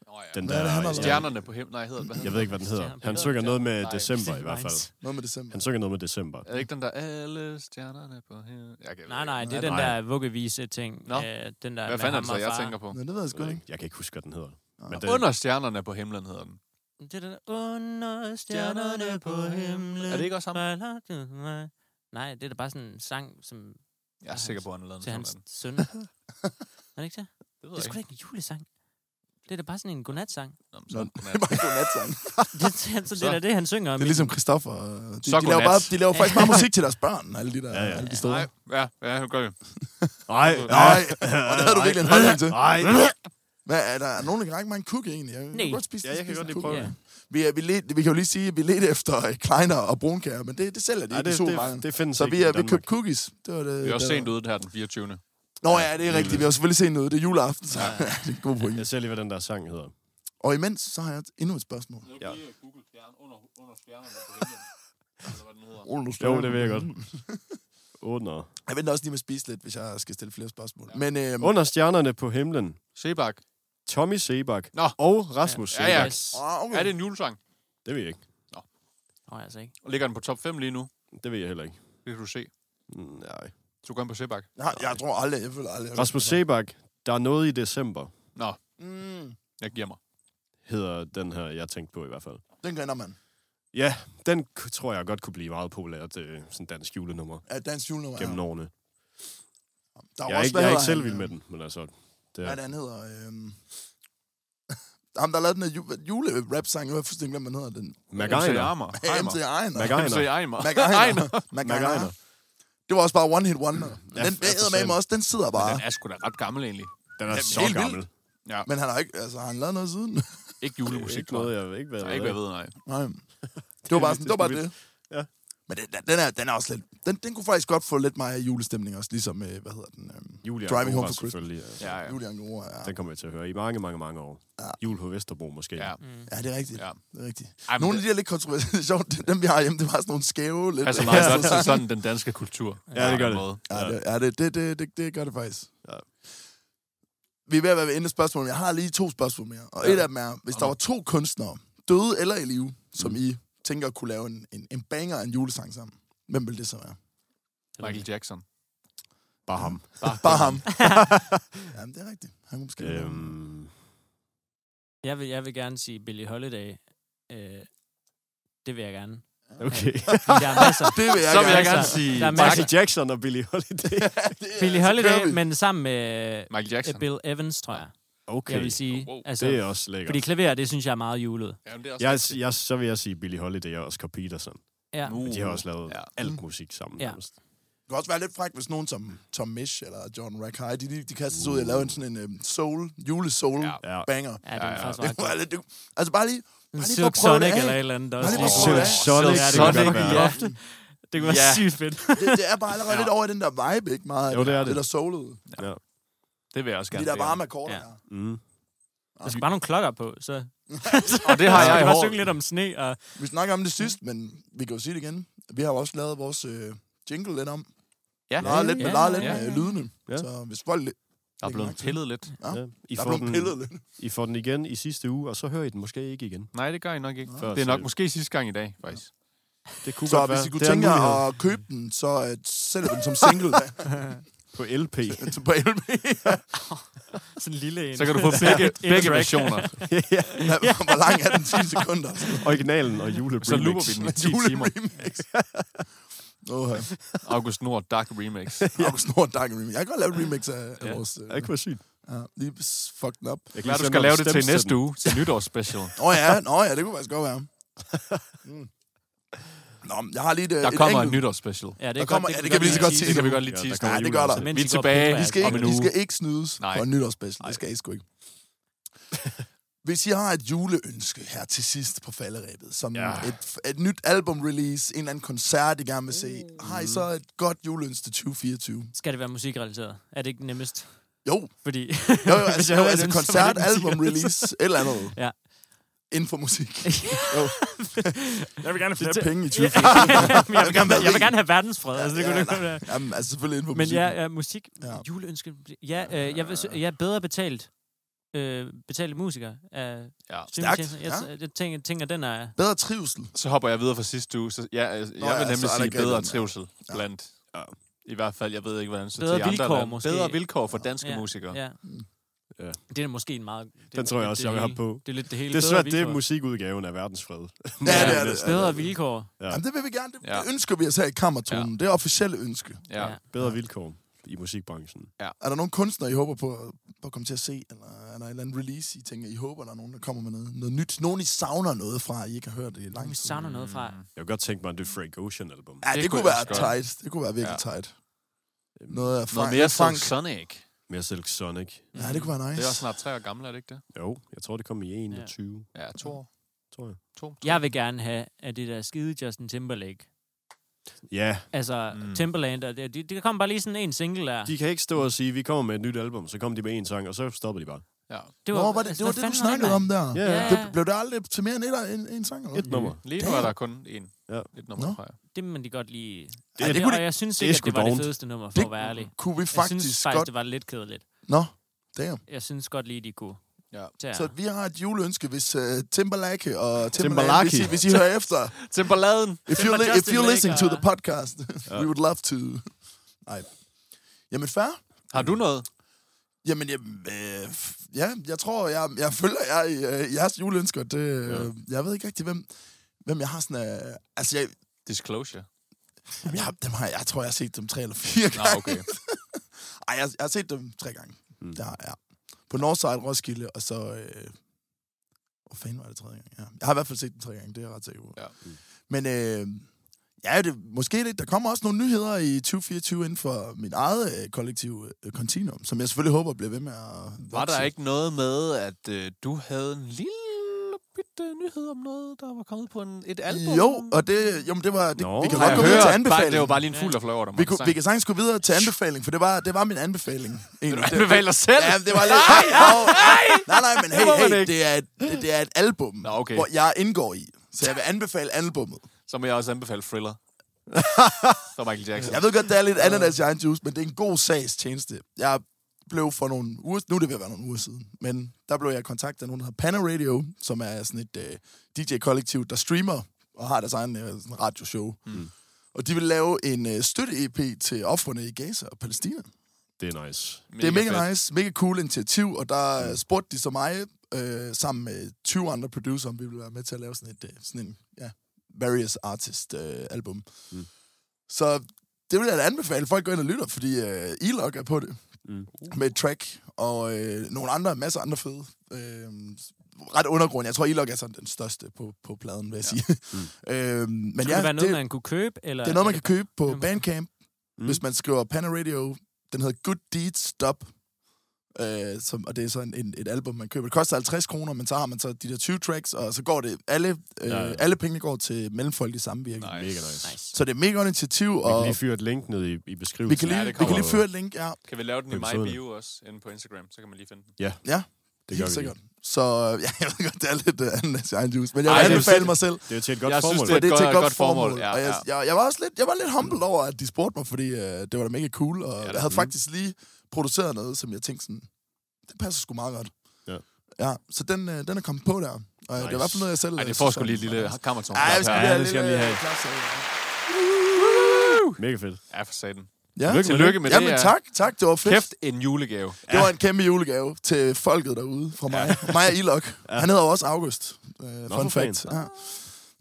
Nå, ja.
Den
Hvad er
der,
det, han har lavet?
jeg,
Stjernerne på himlen, nej, hedder den. Hvad hedder
jeg ved ikke, hvad den hedder. Han synger noget med
Nej.
december i hvert fald.
Noget med december.
Han synger noget med december.
den? Er det ikke den der, alle stjernerne på himlen? Jeg kan-
Nej, nej, det er
Nej,
den
nej.
der vuggevise-ting.
Nå.
Øh, den der med
Hvad fanden er
ham
det så,
og
jeg
far.
tænker på?
Nå, det ved jeg
Jeg,
sgu
ved
ikke.
ikke. jeg kan ikke huske, hvad den hedder. Men den,
Under stjernerne på himlen hedder den.
Det er den der, under stjernerne på himlen.
Er det ikke også ham?
fejler du mig?" Nej, det er da bare sådan en sang som
Jeg er sikker på, at han har lavet
til
den
hans
sådan.
søn. er det ikke det?
Det
Det er
ved
sgu
jeg
da
ikke.
ikke en julesang. Det er da bare sådan en godnatsang.
Nå, men sådan,
Det er bare en godnatsang.
Det, er- så det er da det, han synger om.
Det er ligesom Christoffer. De,
Så
de, laver
godnat.
bare, de laver faktisk bare musik til deres børn, alle de der
Ja,
ja,
ja.
ja. Alle de
ja.
store.
Nej, ja, ja, nu gør vi.
Nej,
Nej, og det havde du virkelig en holdning til.
Nej.
Hvad, er der nogen, der kan række mig en cookie egentlig? Jeg
Nej.
kan godt spise,
Ja, jeg kan
spise
godt
en
lige prøve
cookie.
det.
Vi, er, vi, led, vi kan jo lige sige, at vi ledte efter øh, Kleiner og Brunkager, men det, det sælger de
Nej,
ikke i
det,
supermarkedet.
det, det findes
Så
ikke
vi,
i
er, vi
Danmark.
købte cookies. Det var det,
Vi er også
det
sent ude her den 24.
Nå ja, det er rigtigt. Vi har selvfølgelig sent ud. Det er juleaften. Så. Ja. <laughs> det er en god point.
Jeg ser lige, hvad den der sang hedder.
Og imens, så har jeg endnu et spørgsmål.
Ja.
Google stjerne under, under stjernerne på himlen. Eller hvad den hedder.
Jo, det ved jeg godt. <laughs> Under.
Jeg venter også lige med at spise lidt, hvis jeg skal stille flere spørgsmål. Ja. Men øhm,
Under stjernerne på himlen.
Sebak.
Tommy Sebak
Nå.
og Rasmus
Ja,
Sebak.
ja.
Yes.
ah, okay.
Er det en julesang?
Det ved jeg ikke.
Nå, altså ikke.
Ligger den på top 5 lige nu?
Det ved jeg heller ikke.
Det kan du se.
Mm, Nej.
Du går ind på Sebak.
Jeg, jeg tror aldrig, jeg føler aldrig. jeg-
Rasmus Sebak, der er noget i december,
Mm,
Jeg giver mig.
hedder den her, jeg tænkte på i hvert fald.
den kender man.
Ja, den k- tror jeg godt kunne blive meget populært, øh, sådan dansk julenummer
Ja, dansk julenummer.
gennem
ja.
årene.
Der
Jeg er
også,
ikke,
hvad
jeg er
hedder
ikke selv
han,
vild med
øh,
den, men altså... Det
Hvad
er,
er det, han hedder? Øhm... <laughs> Ham, der lavede den her ju- jule-rap-sang. Jeg har fuldstændig glemt, hvad han hedder den.
MC
MacGyver.
Armer.
MC Ejner.
MC
MacGyver.
Eimer.
MacGyver.
MacGyver.
MacGyver. Det var også bare one hit wonder. Men
Ja,
den
for
bedre med
satan.
mig også, den sidder bare.
Den er sgu da ret gammel egentlig.
Den er
Jamen,
så
helt vildt.
gammel. Det
Men han har ikke, altså, har han lavet noget siden?
Ikke
er
julemusik,
ikke noget, jeg ved ikke, hvad
jeg ikke, hvad jeg ved, nej.
Nej. Det var bare sådan,
det
det var bare
skulle
det.
Ja.
Men den, den, er, den er også lidt... Den, den kunne faktisk godt få lidt mig af julestemning også, ligesom, øh, hvad hedder den? Øhm,
Julia
Driving
Driving
Home
Home
for Christmas.
selvfølgelig. Altså.
Ja, ja.
Julian Gora, ja.
Den kommer jeg til at høre i mange, mange, mange år.
Ja.
Jul på Vesterbro måske.
ja.
Mm.
Ja, det er rigtigt.
Ja.
Ja. Det er rigtigt.
Ej,
Ej,
men
Nogle af de
det-
der lidt kontroversielle <laughs> sjovt, dem- dem vi har hjemme, det var sådan nogle skæve lidt. <laughs>
Altså
ja,
meget godt til sådan den danske kultur.
Ja, det gør det.
ja, det, ja det, det, det, det, det gør det faktisk.
Ja.
Ja. Vi er ved at være ved enden af spørgsmålene. Jeg har lige to spørgsmål mere. Og
Ja.
ja. et af dem er, hvis der var to kunstnere, døde eller i live, som I tænker kunne lave en, en, en banger og en julesang sammen, hvem ville det så være?
Michael Jackson.
Bare ham.
Bare ham. Jamen, det er rigtigt. Han kunne måske... Øhm.
<laughs> Øhm,
Jeg vil, jeg vil gerne sige Billie Holiday. Øh, det vil jeg gerne.
okay.
Fordi Der er masser.
Det vil jeg
Så vil jeg
gerne.
gerne
Altså,
sige
der er masser-
tak.
Michael Jackson og Billie Holiday.
Det er- så
Billie
kører
Holiday,
vi.
men sammen med
Michael
øh,
Jackson.
Bill Evans, tror jeg.
<laughs> Okay.
Jeg vil sige.
Wow.
Altså,
Det er også
fordi
lækkert.
klaver, det synes jeg er meget julet.
Jamen, det er
Jeg, jeg, så vil jeg sige Billie Holiday og Oscar Peterson.
Ja.
nu.
De har også lavet
Uh, Ja.
ja. alt
Mm.
musik sammen.
Ja.
Ja. Nærmest.
Det kan også være lidt frækt, hvis nogen som Tom Misch eller John Rakai, de, de, de kaster sig ud og laver en sådan en øhm, soul,
Ja. Ja.
jule-soul-banger.
Ja, den er
ja.
faktisk
Det kunne
ret god.
være lidt... det- Altså bare lige...
En
Bare lige for
Silk
at prøve det
Sonic
af.
eller et eller andet. Der også.
Bare lige for at prøve
Silk
det af.
Sonic.
Ja, det
kunne
kunne
godt
Sonic,
være.
ja. Det kunne være
Ja.
sygt fedt.
det, det er bare allerede ja. lidt over i den der vibe, ikke? Meget af
Jo, det er det.
Det der soulede.
Det vil jeg også gerne.
De der
se.
varme akkorder
Ja.
ja. her.
Mm.
Der skal bare nogle klokker på, så...
Og det har
Så
jeg
kan
i
man
håret.
synge lidt om sne, og
Vi snakker om det sidst, men vi kan jo sige det igen. Vi har jo også lavet vores øh, jingle lidt om.
Ja,
Leger lidt med,
ja,
leger lidt
ja,
med lydene.
Ja.
Så hvis folk... Der
der er blevet pillet lidt.
Ja. I,
er
får
blevet pillet
den,
lidt.
I får den igen i sidste uge, og så hører I den måske ikke igen.
Nej, det gør I nok ikke.
Før
Det er nok
selv.
måske sidste gang i dag, faktisk.
Det kunne
Så
godt
hvis
være.
I kunne
Det er en
tænke jer
mulighed.
at købe den, så øh, sælg den som
<laughs>
single
På
<laughs>
LP.
til- på LP.
sådan en lille en.
Så kan du få
<laughs>
begge,
Et
begge
track.
versioner.
ja.
Hvor lang
<laughs>
er den? 10 sekunder?
Originalen og juleremix.
Så looper vi den i 10 timer.
Juleremix. Åh, ja.
August Nord Dark
<laughs>
Remix.
August Nord Dark Remix. Jeg kan godt lave et remix af, af
Ja.
vores... Øh,
Det er ikke for sygt.
ja, lige fuck den op.
Jeg
Hvad du skal lave det til næste uge, til nytårsspecial.
Nå ja, nå ja, det kunne faktisk godt være. Mm. Nå, men jeg har lige et,
Der
Øh, et
kommer en
enkelt-
nytårsspecial.
Ja, det,
Der
er
kommer- ja,
godt,
det
vi
kan vi lige så godt
sige.
sige
Det kan vi godt lige tease.
Ja,
nu.
det gør der.
Mens
Vi er
I går på
tilbage.
feedback.
Vi
I skal
Om
ikke,
en
I
uge.
skal ikke snydes Nej.
Nej.
for en nytårsspecial.
Nej.
Det skal I sgu ikke. <laughs> Hvis I har et juleønske her til sidst på falderæbet, som ja.
Ja.
et, et nyt album-release, en eller anden koncert, I gerne vil se, har I så et godt juleønske til 2024?
Skal det være musikrelateret? Er det ikke
<laughs>
nemmest?
Jo,
Fordi... <laughs>
jo, jo altså, jo,
havde
altså
et ønske, var
koncert,
det ikke
album-release, et eller andet.
Ja.
Inden for musik. Jo.
Jeg vil gerne
Flere penge i
<laughs> Jamen, jeg, vil gerne,
være
jeg vil
rig.
gerne have verdensfred. Altså, det kunne
Ja,
det godt være.
Jamen, altså selvfølgelig inden for
Men
musik.
ja, ja, musik,
Ja.
ja. juleønske. Ja, øh, jeg, vil, s- jeg er bedre betalt øh, betalte musikere. af
Ja.
streamingtjenester.
Stærkt,
Jeg, ja. jeg tænker, tænker, den er...
Bedre trivsel.
Så hopper jeg videre fra sidste uge. Så ja, jeg, jeg
ja, så
vil nemlig
er der
sige
grebet
bedre
den, ja.
trivsel blandt... I hvert fald, jeg ved ikke, hvordan det
Bedre
står til i andre
vilkår
lande.
måske.
Bedre vilkår for danske
Ja.
musikere.
Ja.
Ja.
Det er måske en meget... Det,
Den tror jeg
det-
også,
det
jeg vil
hele-
hoppe på.
Det er lidt det hele.
Det er
Bedre
svært, det er
vilkår.
musikudgaven af verdensfred.
Ja, det
<laughs>
er
Ja,
det.
Bedre vilkår.
Ja.
Jamen, det vil vi gerne. Det,
Ja.
det ønsker vi at her i kammertonen. Det er officielle ønske.
Ja.
Ja.
Bedre vilkår i musikbranchen.
Er der nogen kunstnere, I håber på, at- på at komme til at se? Eller er der et eller andet release, I tænker, I håber, der er nogen, der kommer med noget, noget nyt? Nogen, I savner noget fra, I ikke har hørt det i lang tid? Mm.
Vi savner noget fra...
Mm.
Jeg kunne godt tænke mig en The Frank Ocean-album.
Ja, det,
Det
det kunne
kunne jeg
være
også godt.
tight. Det kunne være virkelig ja.
Ja.
tight. Noget af Frank.
Noget mere
Frank.
Frank Sonic.
Mere Silk Sonic.
Ja, det kunne være nice.
Det er også snart tre år gammel, er det ikke det?
Jo, jeg tror, det kom i 21,
Ja, to år.
tror jeg.
To.
Jeg vil gerne have, at det der skide Justin Timberlake.
Ja,
Altså,
Mm.
mm. Timberland, og det, det, det kom bare lige sådan en single der.
de kan ikke stå og sige, vi kommer med et nyt album, så kom de med en sang, og så stopper de bare.
Ja.
Nå, var det,
altså,
det, var
hvad
det du
fanden var
snakkede om der.
Ja,
Ja,
ja.
Det blev det aldrig til mere end et, en, en sang? Eller?
Et nummer.
Lige nu er der kun én.
Ja.
Et nummer
Nå.
fra jer.
Det må de godt lige... Det,
Ja,
det,
det
det,
kunne
og jeg synes
det er
ikke, at
sgu
det var det
dovent.
fedeste nummer, for
Det
at være ærlig.
kunne vi
Jeg
faktisk,
synes faktisk,
godt...
det var lidt kedeligt.
Nå, damn.
Jeg synes godt lige, de kunne
Ja.
tage...
Så vi har et juleønske, hvis uh, Timberlake og Timberlake,
Timberlake.
hvis I, hvis I hører efter.
Timberladen.
If you're,
Timber
li- if
Justin
you're
Lake
listening to
og-
the podcast, <laughs> we would love to... Nej. Jamen, fair.
Har du noget?
Jamen, jeg, øh, f- ja, jeg tror, jeg, jeg følger jeg, øh, jeres juleønsker. Det, øh, Jeg ved ikke rigtig, hvem, hvem jeg har sådan... Øh, altså, jeg,
Disclosure.
jamen, jeg, har- dem har, jeg jeg tror, jeg har set dem tre eller fire
Nå,
gange.
okay.
<laughs> Ej, jeg, jeg har set dem tre gange. Mm. Der, ja. På Northside, Roskilde, og så... Øh, hvor fanden var det tredje gang? Ja. Jeg har i hvert fald set dem tre gange, det er jeg ret sikker på.
Ja.
Men øh, ja, det, måske det. Der kommer også nogle nyheder i 2024 inden for mit eget øh, kollektiv øh, Continuum, som jeg selvfølgelig håber bliver ved med at vokse.
Var der ikke noget med, at øh, du havde en lille bitte nyhed om noget, der var kommet på en, et album?
Jo, og det, jo, men det var... Det,
Nå.
vi kan
Har
godt
jeg
gå videre til
hørt, bare,
anbefaling.
det var bare lige en fugl, der fløj over dig.
vi, kunne,
<laughs>
vi kan sagtens gå videre til anbefaling, for det var, det var min anbefaling. egentlig. Det-
anbefale dig selv?
Ja, det var lidt... Nej, nej, nej, nej men
Det må
hey,
man
hey
ikke.
det, er et, det, det er et album, Nå,
okay.
hvor jeg indgår i. Så jeg vil anbefale albummet.
Så må jeg også anbefale
<laughs>
Thriller. Så Michael Jackson.
Jeg ved godt, det er lidt ananas i egen juice, men det er en god sags tjeneste. Jeg blev for nogle uger... Nu er det ved at være nogle uger siden, men der blev jeg kontaktet af nogen, der hedder Panda Radio, som er sådan et øh, DJ-kollektiv, der streamer og har deres egen øh, sådan radioshow. Mm. Og de vil lave en øh, støtte-EP til offrene i Gaza og Palæstina.
Det er nice.
Det er mega nice, mega cool initiativ, og der mm. spurgte de så mig, øh, sammen med 20 andre producer, om vi ville være med til at lave sådan et, øh, sådan en, ja, various artist øh, album. Mm. Så det vil jeg da anbefale, folk går ind og lytter, fordi øh, E-Log er på det, mm.
Uh.
med et track, og øh, nogle andre, masser af andre fede, øh, ret undergrund. Jeg tror, E-Log er sådan den største på, på pladen, vil jeg ja. sige. <laughs> Mm. øh, men
Skulle
ja,
det være noget,
det,
man kunne købe? Eller
det er noget, man kan købe på
Jamen.
Bandcamp, mm. hvis man skriver Panda Radio. Den hedder Good Deeds Stop. Øh, som, og det er så en, en, et album, man køber. Det koster 50 kroner, men så har man så de der 20 tracks, og så går det... Alle, øh,
Ja, ja.
alle pengene går til mellemfolkelig samvirke.
Nice.
Mega nice.
Nice.
Så det er et mega godt initiativ,
Vi kan
og
lige fyre et link ned i, i beskrivelsen.
vi kan lige,
Ja, det
vi kan
kommer
lige
jo.
føre et link, ja.
Kan vi lave den i
Det er
My
sådan.
Bio også, inde på Instagram? Så kan man lige finde den.
Ja, det
gør
helt
vi
sikkert. Så <laughs> øh, ja, jeg ved godt, det er lidt uh, andet egen juice, men jeg
Ej,
vil
det er
anbefale
fedt.
mig selv.
Det er jo til et godt
Jeg synes,
formål.
det er
det er til et
godt-
godt,
godt
formål.
formål.
formål.
Ja,
og jeg, jeg, jeg, var også lidt, jeg var lidt humble over, at de spurgte mig, fordi øh, det var da mega cool. Og jeg havde
Mm.
faktisk lige produceret noget, som jeg tænkte sådan, det passer sgu meget godt.
Ja.
Ja, så den, øh, den er kommet på der. Og nice. det er i
Nice.
hvert fald noget, jeg selv...
Ej,
øh,
det får
synes
sgu
var
lige et lille
nice.
kammerton.
Ej, jeg skal,
Ja,
ja,
det
lige,
skal
have
jeg
lidt,
lige
øh,
have.
klaps af,
Mega fedt.
Ja, for satan.
Ja, ja.
Lykke med
Tillykke med det.
Jamen
ja.
tak, tak, det var fedt.
Kæft
<laughs>
en julegave.
Det var en kæmpe julegave til
<laughs>
folket derude fra mig. Ja. Mig og Ilok. Ja. Han hedder jo også August. Uh,
for
fun fact. Ja.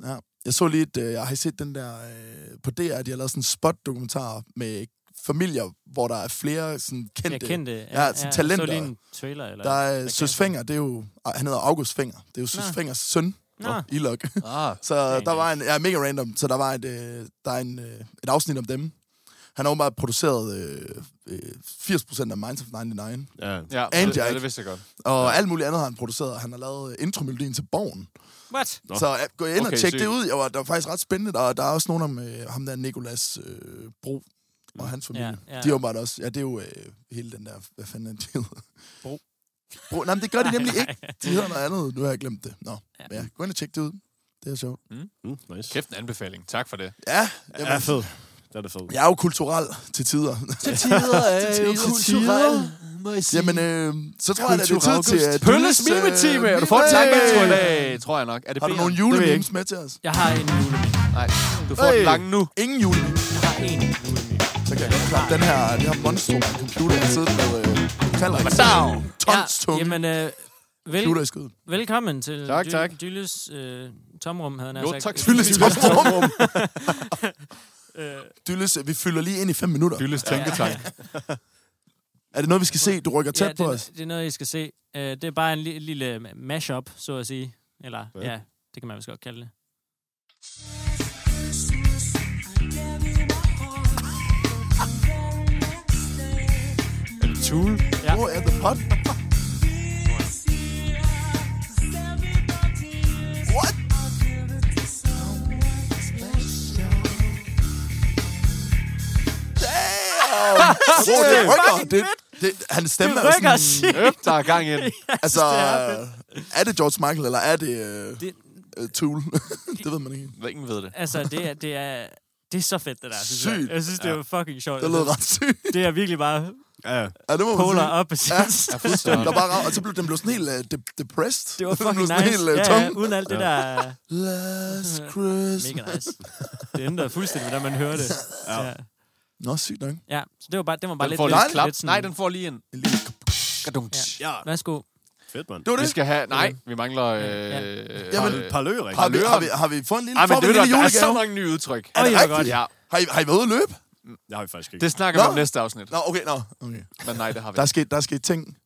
Ja. Jeg så lige, et, øh, jeg har I set den der øh, på DR, at de har lavet sådan en spot-dokumentar med familier, hvor der er flere sådan kendte.
Jeg kendte.
Ja, sådan talenter.
Jeg så lige en trailer. Eller
Der er
jeg
Søs
kendte.
Fenger, det er jo, ah, han hedder August Fenger, det er jo Søs
Nå.
Fengers søn,
Nå,
Ilok. <laughs>
Ah,
Så
Random.
der var en, ja, mega random, så der var et, øh, der er en, øh, et afsnit om dem. Han har åbenbart produceret øh, øh, 80% af Minds of 99,
Ja.
ja,
Andy
det, ja,
Ike.
det vidste jeg godt.
og alt muligt andet har han produceret. Han har lavet øh, intromelodien til Borgen.
what?
Nå. Så ja, gå ind og
Okay,
tjek det
sygt.
ud. Jeg var, der var faktisk ret spændende. Der, der er også nogen om øh, ham der Nikolas øh, Bro og hans familie. Ja,
Ja,
ja.
ja.
De er åbenbart også... Ja, det er jo øh, hele den der... Hvad fanden er det? de hedder? Bro. Bro. Nej, men det gør de nemlig ikke. De hedder noget andet. Nu har jeg glemt det. Nå, ja.
Ja.
ja. Gå ind og tjek det ud. Det er sjovt.
Mm, nice.
Kæft en anbefaling. Tak for det.
Ja,
Ja,
jamen,
fed. Det er det fedt.
jeg er jo kulturel til tider.
Til
<laughs>
tider
jeg jo kulturel,
må jeg
Jamen, øh, så tror jeg, at det er tid til... øh,
Pølles
Dynes, øh,
mimetime! Er du får en
mime-
tanke i dag, tror jeg nok. Er det
Har du
B'eren?
nogle
Det ved jeg
julememes med til os?
Jeg har en julememe.
Nej, du får den
Hey.
lange nu.
Ingen julememes.
Jeg har en julememe.
Så kan jeg godt klappe den her, det her monstrum af en computer, jeg sidder med øh, kalder det. Tons tunge
jamen, øh,
computer
vel,
i skødet.
velkommen til
Tak, tak.
Dyles øh, tomrum, havde han
Jo,
sagt.
tak.
Dyles <laughs> tomrum. <laughs>
Øh,
Dyles, øh, vi fylder lige ind i fem minutter.
Dyles tænketank.
Er det noget, vi skal se? Du rykker tæt
ja,
på
det,
os.
Det er noget, I skal se. Uh, det er bare en li- lille mashup, så at sige. Eller
Ja.
ja. ja, det kan man vist godt kalde det.
Tool.
Ja.
Hvor er the pot? What? Damn! Bro, det rykker. Det, det, hans stemme
Det
er
rykker
sådan...
sygt.
Øp, der er gang i den.
Altså,
det er
er det George Michael, eller er det, øh, det...
Det-
Øh, Tool? <laughs> det ved man ikke.
Ingen ved det.
Altså, det er, det er, det er så fedt, det der. Synes jeg.
Sygt.
jeg synes, det er fucking sjovt. Altså,
Det lød ret sygt.
det er virkelig bare
Ja, ja.
Ja, det må man sige.
polar opposites. <laughs> Ja.
Den var bare rav, og så blev den blev sådan helt uh, de- depressed.
Det var
Den
fucking
blev sådan
nice.
Helt, uh,
Ja,
tung.
ja, uden alt det der er
Last Christmas.
mega nice. Det ændrede fuldstændig, hvordan man hører det. Ja,
Nå, sygt nok.
ja så det var bare, det var bare
Den
lidt,
får
lidt,
lige et
lidt
klap.
sådan-
Nej, den får lige en...
En lille-
Gadunks.
ja.
Værsgo.
Fedt, mand.
Det var
Vi
det.
skal have... Nej, vi mangler... Øh,
Ja.
Jamen,
øh,
Par løger,
Har
ikke?
vi,
løren.
har, vi, har vi fået en lille,
Ej, men
får vi
det
en
ved
lille
du, der er så
julegave?
mange nye udtryk.
Er det
Ej, hvor
rigtigt?
Ja,
Har I, har I været ude at løbe?
Det har vi faktisk ikke.
det snakker vi
Nå.
om næste afsnit.
Nå, okay, nå. Okay.
Men nej, det har vi
Der, er sket, der er sket ting.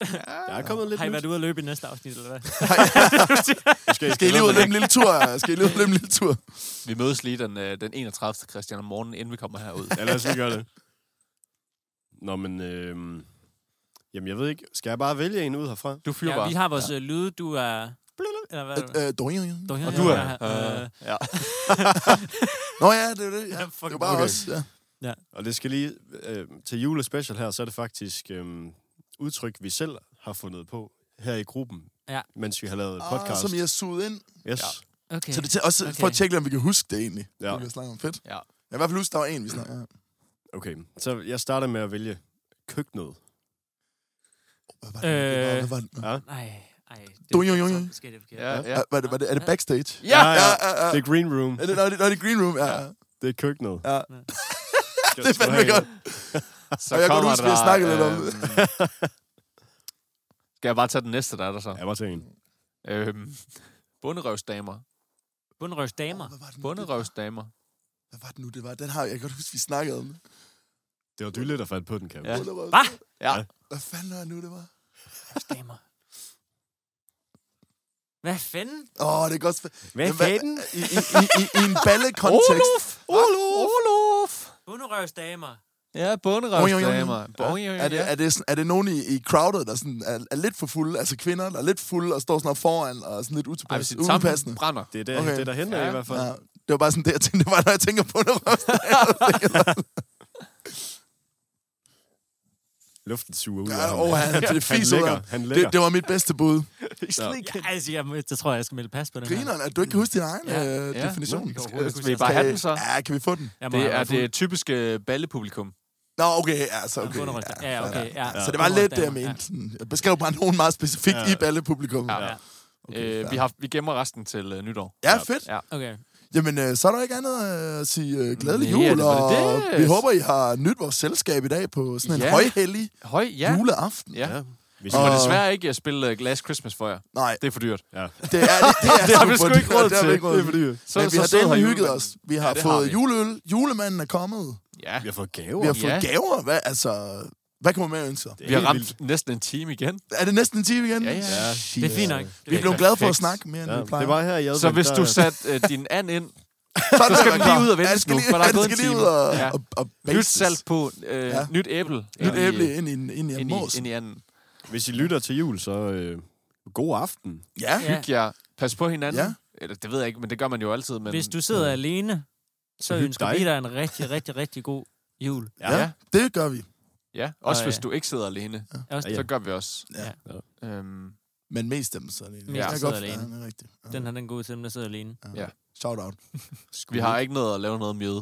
Der er kommet lidt
Har I
nyt.
været ude at løbe i næste afsnit, eller hvad? <laughs>
<laughs>
Måske
Skal I lige ud og løbe en lille tur? øh, Skal I lige ud og løbe en lille tur?
ikke. Vi mødes lige den, øh, den 31. Christian om morgenen, inden vi kommer herud.
Ja, lad os lige gøre det. Nå, men... øhm, Jamen, jeg ved ikke. Skal jeg bare vælge en ud herfra?
Du fyrer
Ja,
bare.
vi har vores ja. lyde, du er... Eller hvad? er det?
Øh, Doreen.
Du
Og du er...
Øh,
Øh,
<laughs>
ja.
<laughs> Nå ja, det er det. Ja. Det var bare
okay.
os. Ja.
Og det skal lige... Øh, til julespecial her, så er det faktisk øh, udtryk, vi selv har fundet på her i gruppen,
Ja.
mens vi har lavet
Ah,
podcast.
som I har suget ind.
Yes.
Ja.
okay.
Så det er til- også okay. for at
Okay.
tjekke, om vi kan huske det egentlig. Ja.
Ja.
Det vi har snakket om fedt.
Ja.
Jeg kan i hvert fald huske, der var en, vi snakkede om.
Okay, så jeg starter med at vælge køkkenet.
Hvad var det? Hvad var det? Hvad var det?
Ja.
Nej, ej. Det,
Du, jo, jo, jo.
så sker det forkert.
Ja, ja.
Ja. Hvad er det? Hvad er det? Er det backstage?
Ja!
ja, ja.
ja, ja.
Det er green
<laughs>
room.
Er det, når det, når det er green room? Ja, ja.
Det er køkkenet.
ja.
Det
<laughs> Det er fandme godt.
Så
Og jeg kan godt
kommer
huske, vi har
der,
snakket lidt om
øhm, <laughs> Skal jeg bare tage den næste, der er der så?
Jeg var til en.
Øhm, bunderøvsdamer.
Bundrøvs damer.
Hvad var det nu,
Bunderøvsdamer.
det- Hvad var det nu, det var? Den har jeg kan godt huske, vi snakkede om.
Det var Dylle, der fandt på den, kan
Ja.
ja.
Hvad?
Ja.
Hvad fanden var det nu, det var?
damer. Hvad fanden?
Åh, oh, det er godt spændt.
Hvad
fanden? I, i, i, i, i en ballekontekst.
Olof! Olof!
Bundrøvs damer.
Ja,
Oj,
bunderøvsdamer.
oj, oj. Er det, er, det, sådan- er det nogen i, i crowdet, der sådan er, er lidt for fulde? Altså kvinder, der er lidt fulde og står sådan op foran og er sådan lidt
Ej, hvis
utilpas,
det sammen
upassende?
brænder.
Det er der,
Okay.
okay. det, der hænder
Ja.
ja. i hvert fald.
Ja, det var bare sådan det, jeg tænkte. <laughs> Det var, når jeg tænker
<laughs>
på det.
Luften suger ud.
Ja, åh, han, det er fis
<laughs> han
ud
ligger.
af.
Han ligger.
det, det var mit bedste bud.
Ja, altså, jeg, må- jeg tror, jeg skal melde pas på den her.
Grineren, at du ikke kan huske din egen
Ja.
ja. øh,
Ja.
definition.
Nå,
Skal, skal vi
Skal
bare have
Øh,
den så?
Ja, kan vi få den?
Jeg må
Det
have
er
været fuld.
det typiske ballepublikum.
Nå, okay, altså, okay.
Bundrøvs damer. Ja, okay. Ja.
Så det var lidt det, jeg mente. Sådan, Jeg beskrev bare nogen meget specifikt
Ja.
i ballepublikum.
Ja.
Ja.
Ja.
Okay,
Øh, vi,
fair.
har, vi gemmer resten til øh, nytår.
ja, fedt.
Ja.
Okay.
Jamen, øh, så er der ikke andet øh, at sige øh, glædelig
Næh,
jul,
det var
og
det.
vi håber, I har nydt vores selskab i dag på sådan en
Ja.
højhellig
Høj, ja.
juleaften.
Ja.
Ja. Hvis
Jeg må
Og-
desværre ikke øh, spille øh, Last Christmas for jer.
Nej,
Det er for dyrt.
Ja.
det er det. Det, er
<laughs> Det har
sgu
vi sgu
fordi-
ikke råd
det har
til.
vi ikke råd
Det
til.
er for dyrt. Så,
Men vi har
sidder
delen
her
hygget
julemanden.
os. Vi har
det har
fået
vi.
juleøl. Julemanden er kommet.
Ja,
Vi har fået gaver.
Vi har
Ja.
fået gaver. Hvad, altså, hvad kan man med ønske sig?
Det er
vi har
helt
ramt
vildt.
næsten en time igen.
Er det næsten en time igen?
Ja, ja.
Ja,
Det er fint
Vi er
nok.
blevet
perfekt.
glade for at snakke mere, end
Ja,
vi plejer.
det var her i advent.
Så hvis
der-
du satte øh, din
<laughs>
and ind,
Sådan,
så skal den
man
lige
gør.
ud og vente
Ja, den skal
nu,
lige-
for der
<laughs>
er
den
gået
skal
en
lige
time.
ud og,
Ja.
og, og
nyt
bases.
salt på, øh,
Ja.
nyt æble.
Nyt
ind i-
æble ind i, ind i en
ind
mors.
i, ind i anden.
Hvis I lytter til jul, så øh, god aften.
Ja.
Ja.
Hyg jer. Pas på hinanden.
Ja.
Eller det ved jeg ikke, men det gør man jo altid. Men,
Hvis du sidder alene, så
Så hyg
ønsker
dig.
vi dig en rigtig, rigtig, rigtig god jul.
Ja.
ja.
det gør vi.
ja. Også
Og,
hvis
øh,
du ikke sidder alene,
Også
Ja.
så gør vi også.
Ja.
Øhm,
Men mest dem så alene.
Mest
Jeg
dem
kan
sidder
godt-
alene.
Ja, det er rigtigt. Ja.
Den har den gode til dem, der sidder alene.
ja.
Ja.
Shout out.
vi har ikke noget at lave noget med.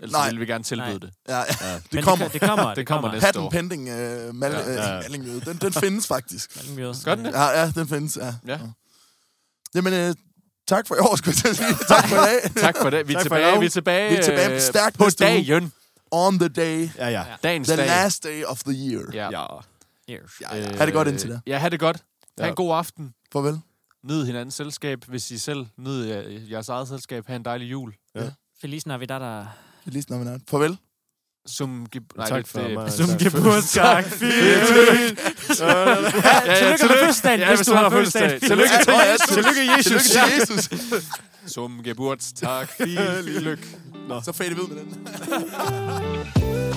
Ellers
Nej.
Nej. vil vi gerne tilbyde
Nej.
det.
Ja, ja.
Ja.
Det
Men
kommer.
Det, det kommer.
Det kommer næste
Patent
år.
pending uh, mal,
Ja,
ja,
ja.
ja. Uh, den, den findes faktisk.
næste.
Gør den det?
Ja, ja, den findes, ja.
Ja.
Jamen, uh, tak for i år, skulle jeg til at sige. Tak for i dag.
<laughs> Tak for det. Vi er
Tak for
tilbage.
nu.
Vi er tilbage,
Vi er tilbage
øh,
stærkt
på
næste uge.
dagen.
On the day.
Ja, ja.
Dagens
The
dag.
last day of the year.
Ja. Øh,
ja.
Ja, ja. Ha' det godt indtil da.
Ja, ha' det godt. Ha'
Ja.
en god aften.
Farvel.
Nyd hinandens selskab, hvis I selv nyd øh, jeres eget selskab. Ha' en dejlig jul.
Feliz Navidad.
Lige snart med Farvel.
Som gib- Nej, øh,
tak
det-
for
det-
mig.
Som
Tak.
geburtstag.
ja,
Tillykke med fødselsdagen,
Ja,
hvis du har fødselsdag.
Tillykke til
Ja,
Jesus. Tillykke <laughs> Jesus.
Tillykke til Jesus. <laughs>
Som Geburtstag. Viel Glück.
Så fader vi ud med den.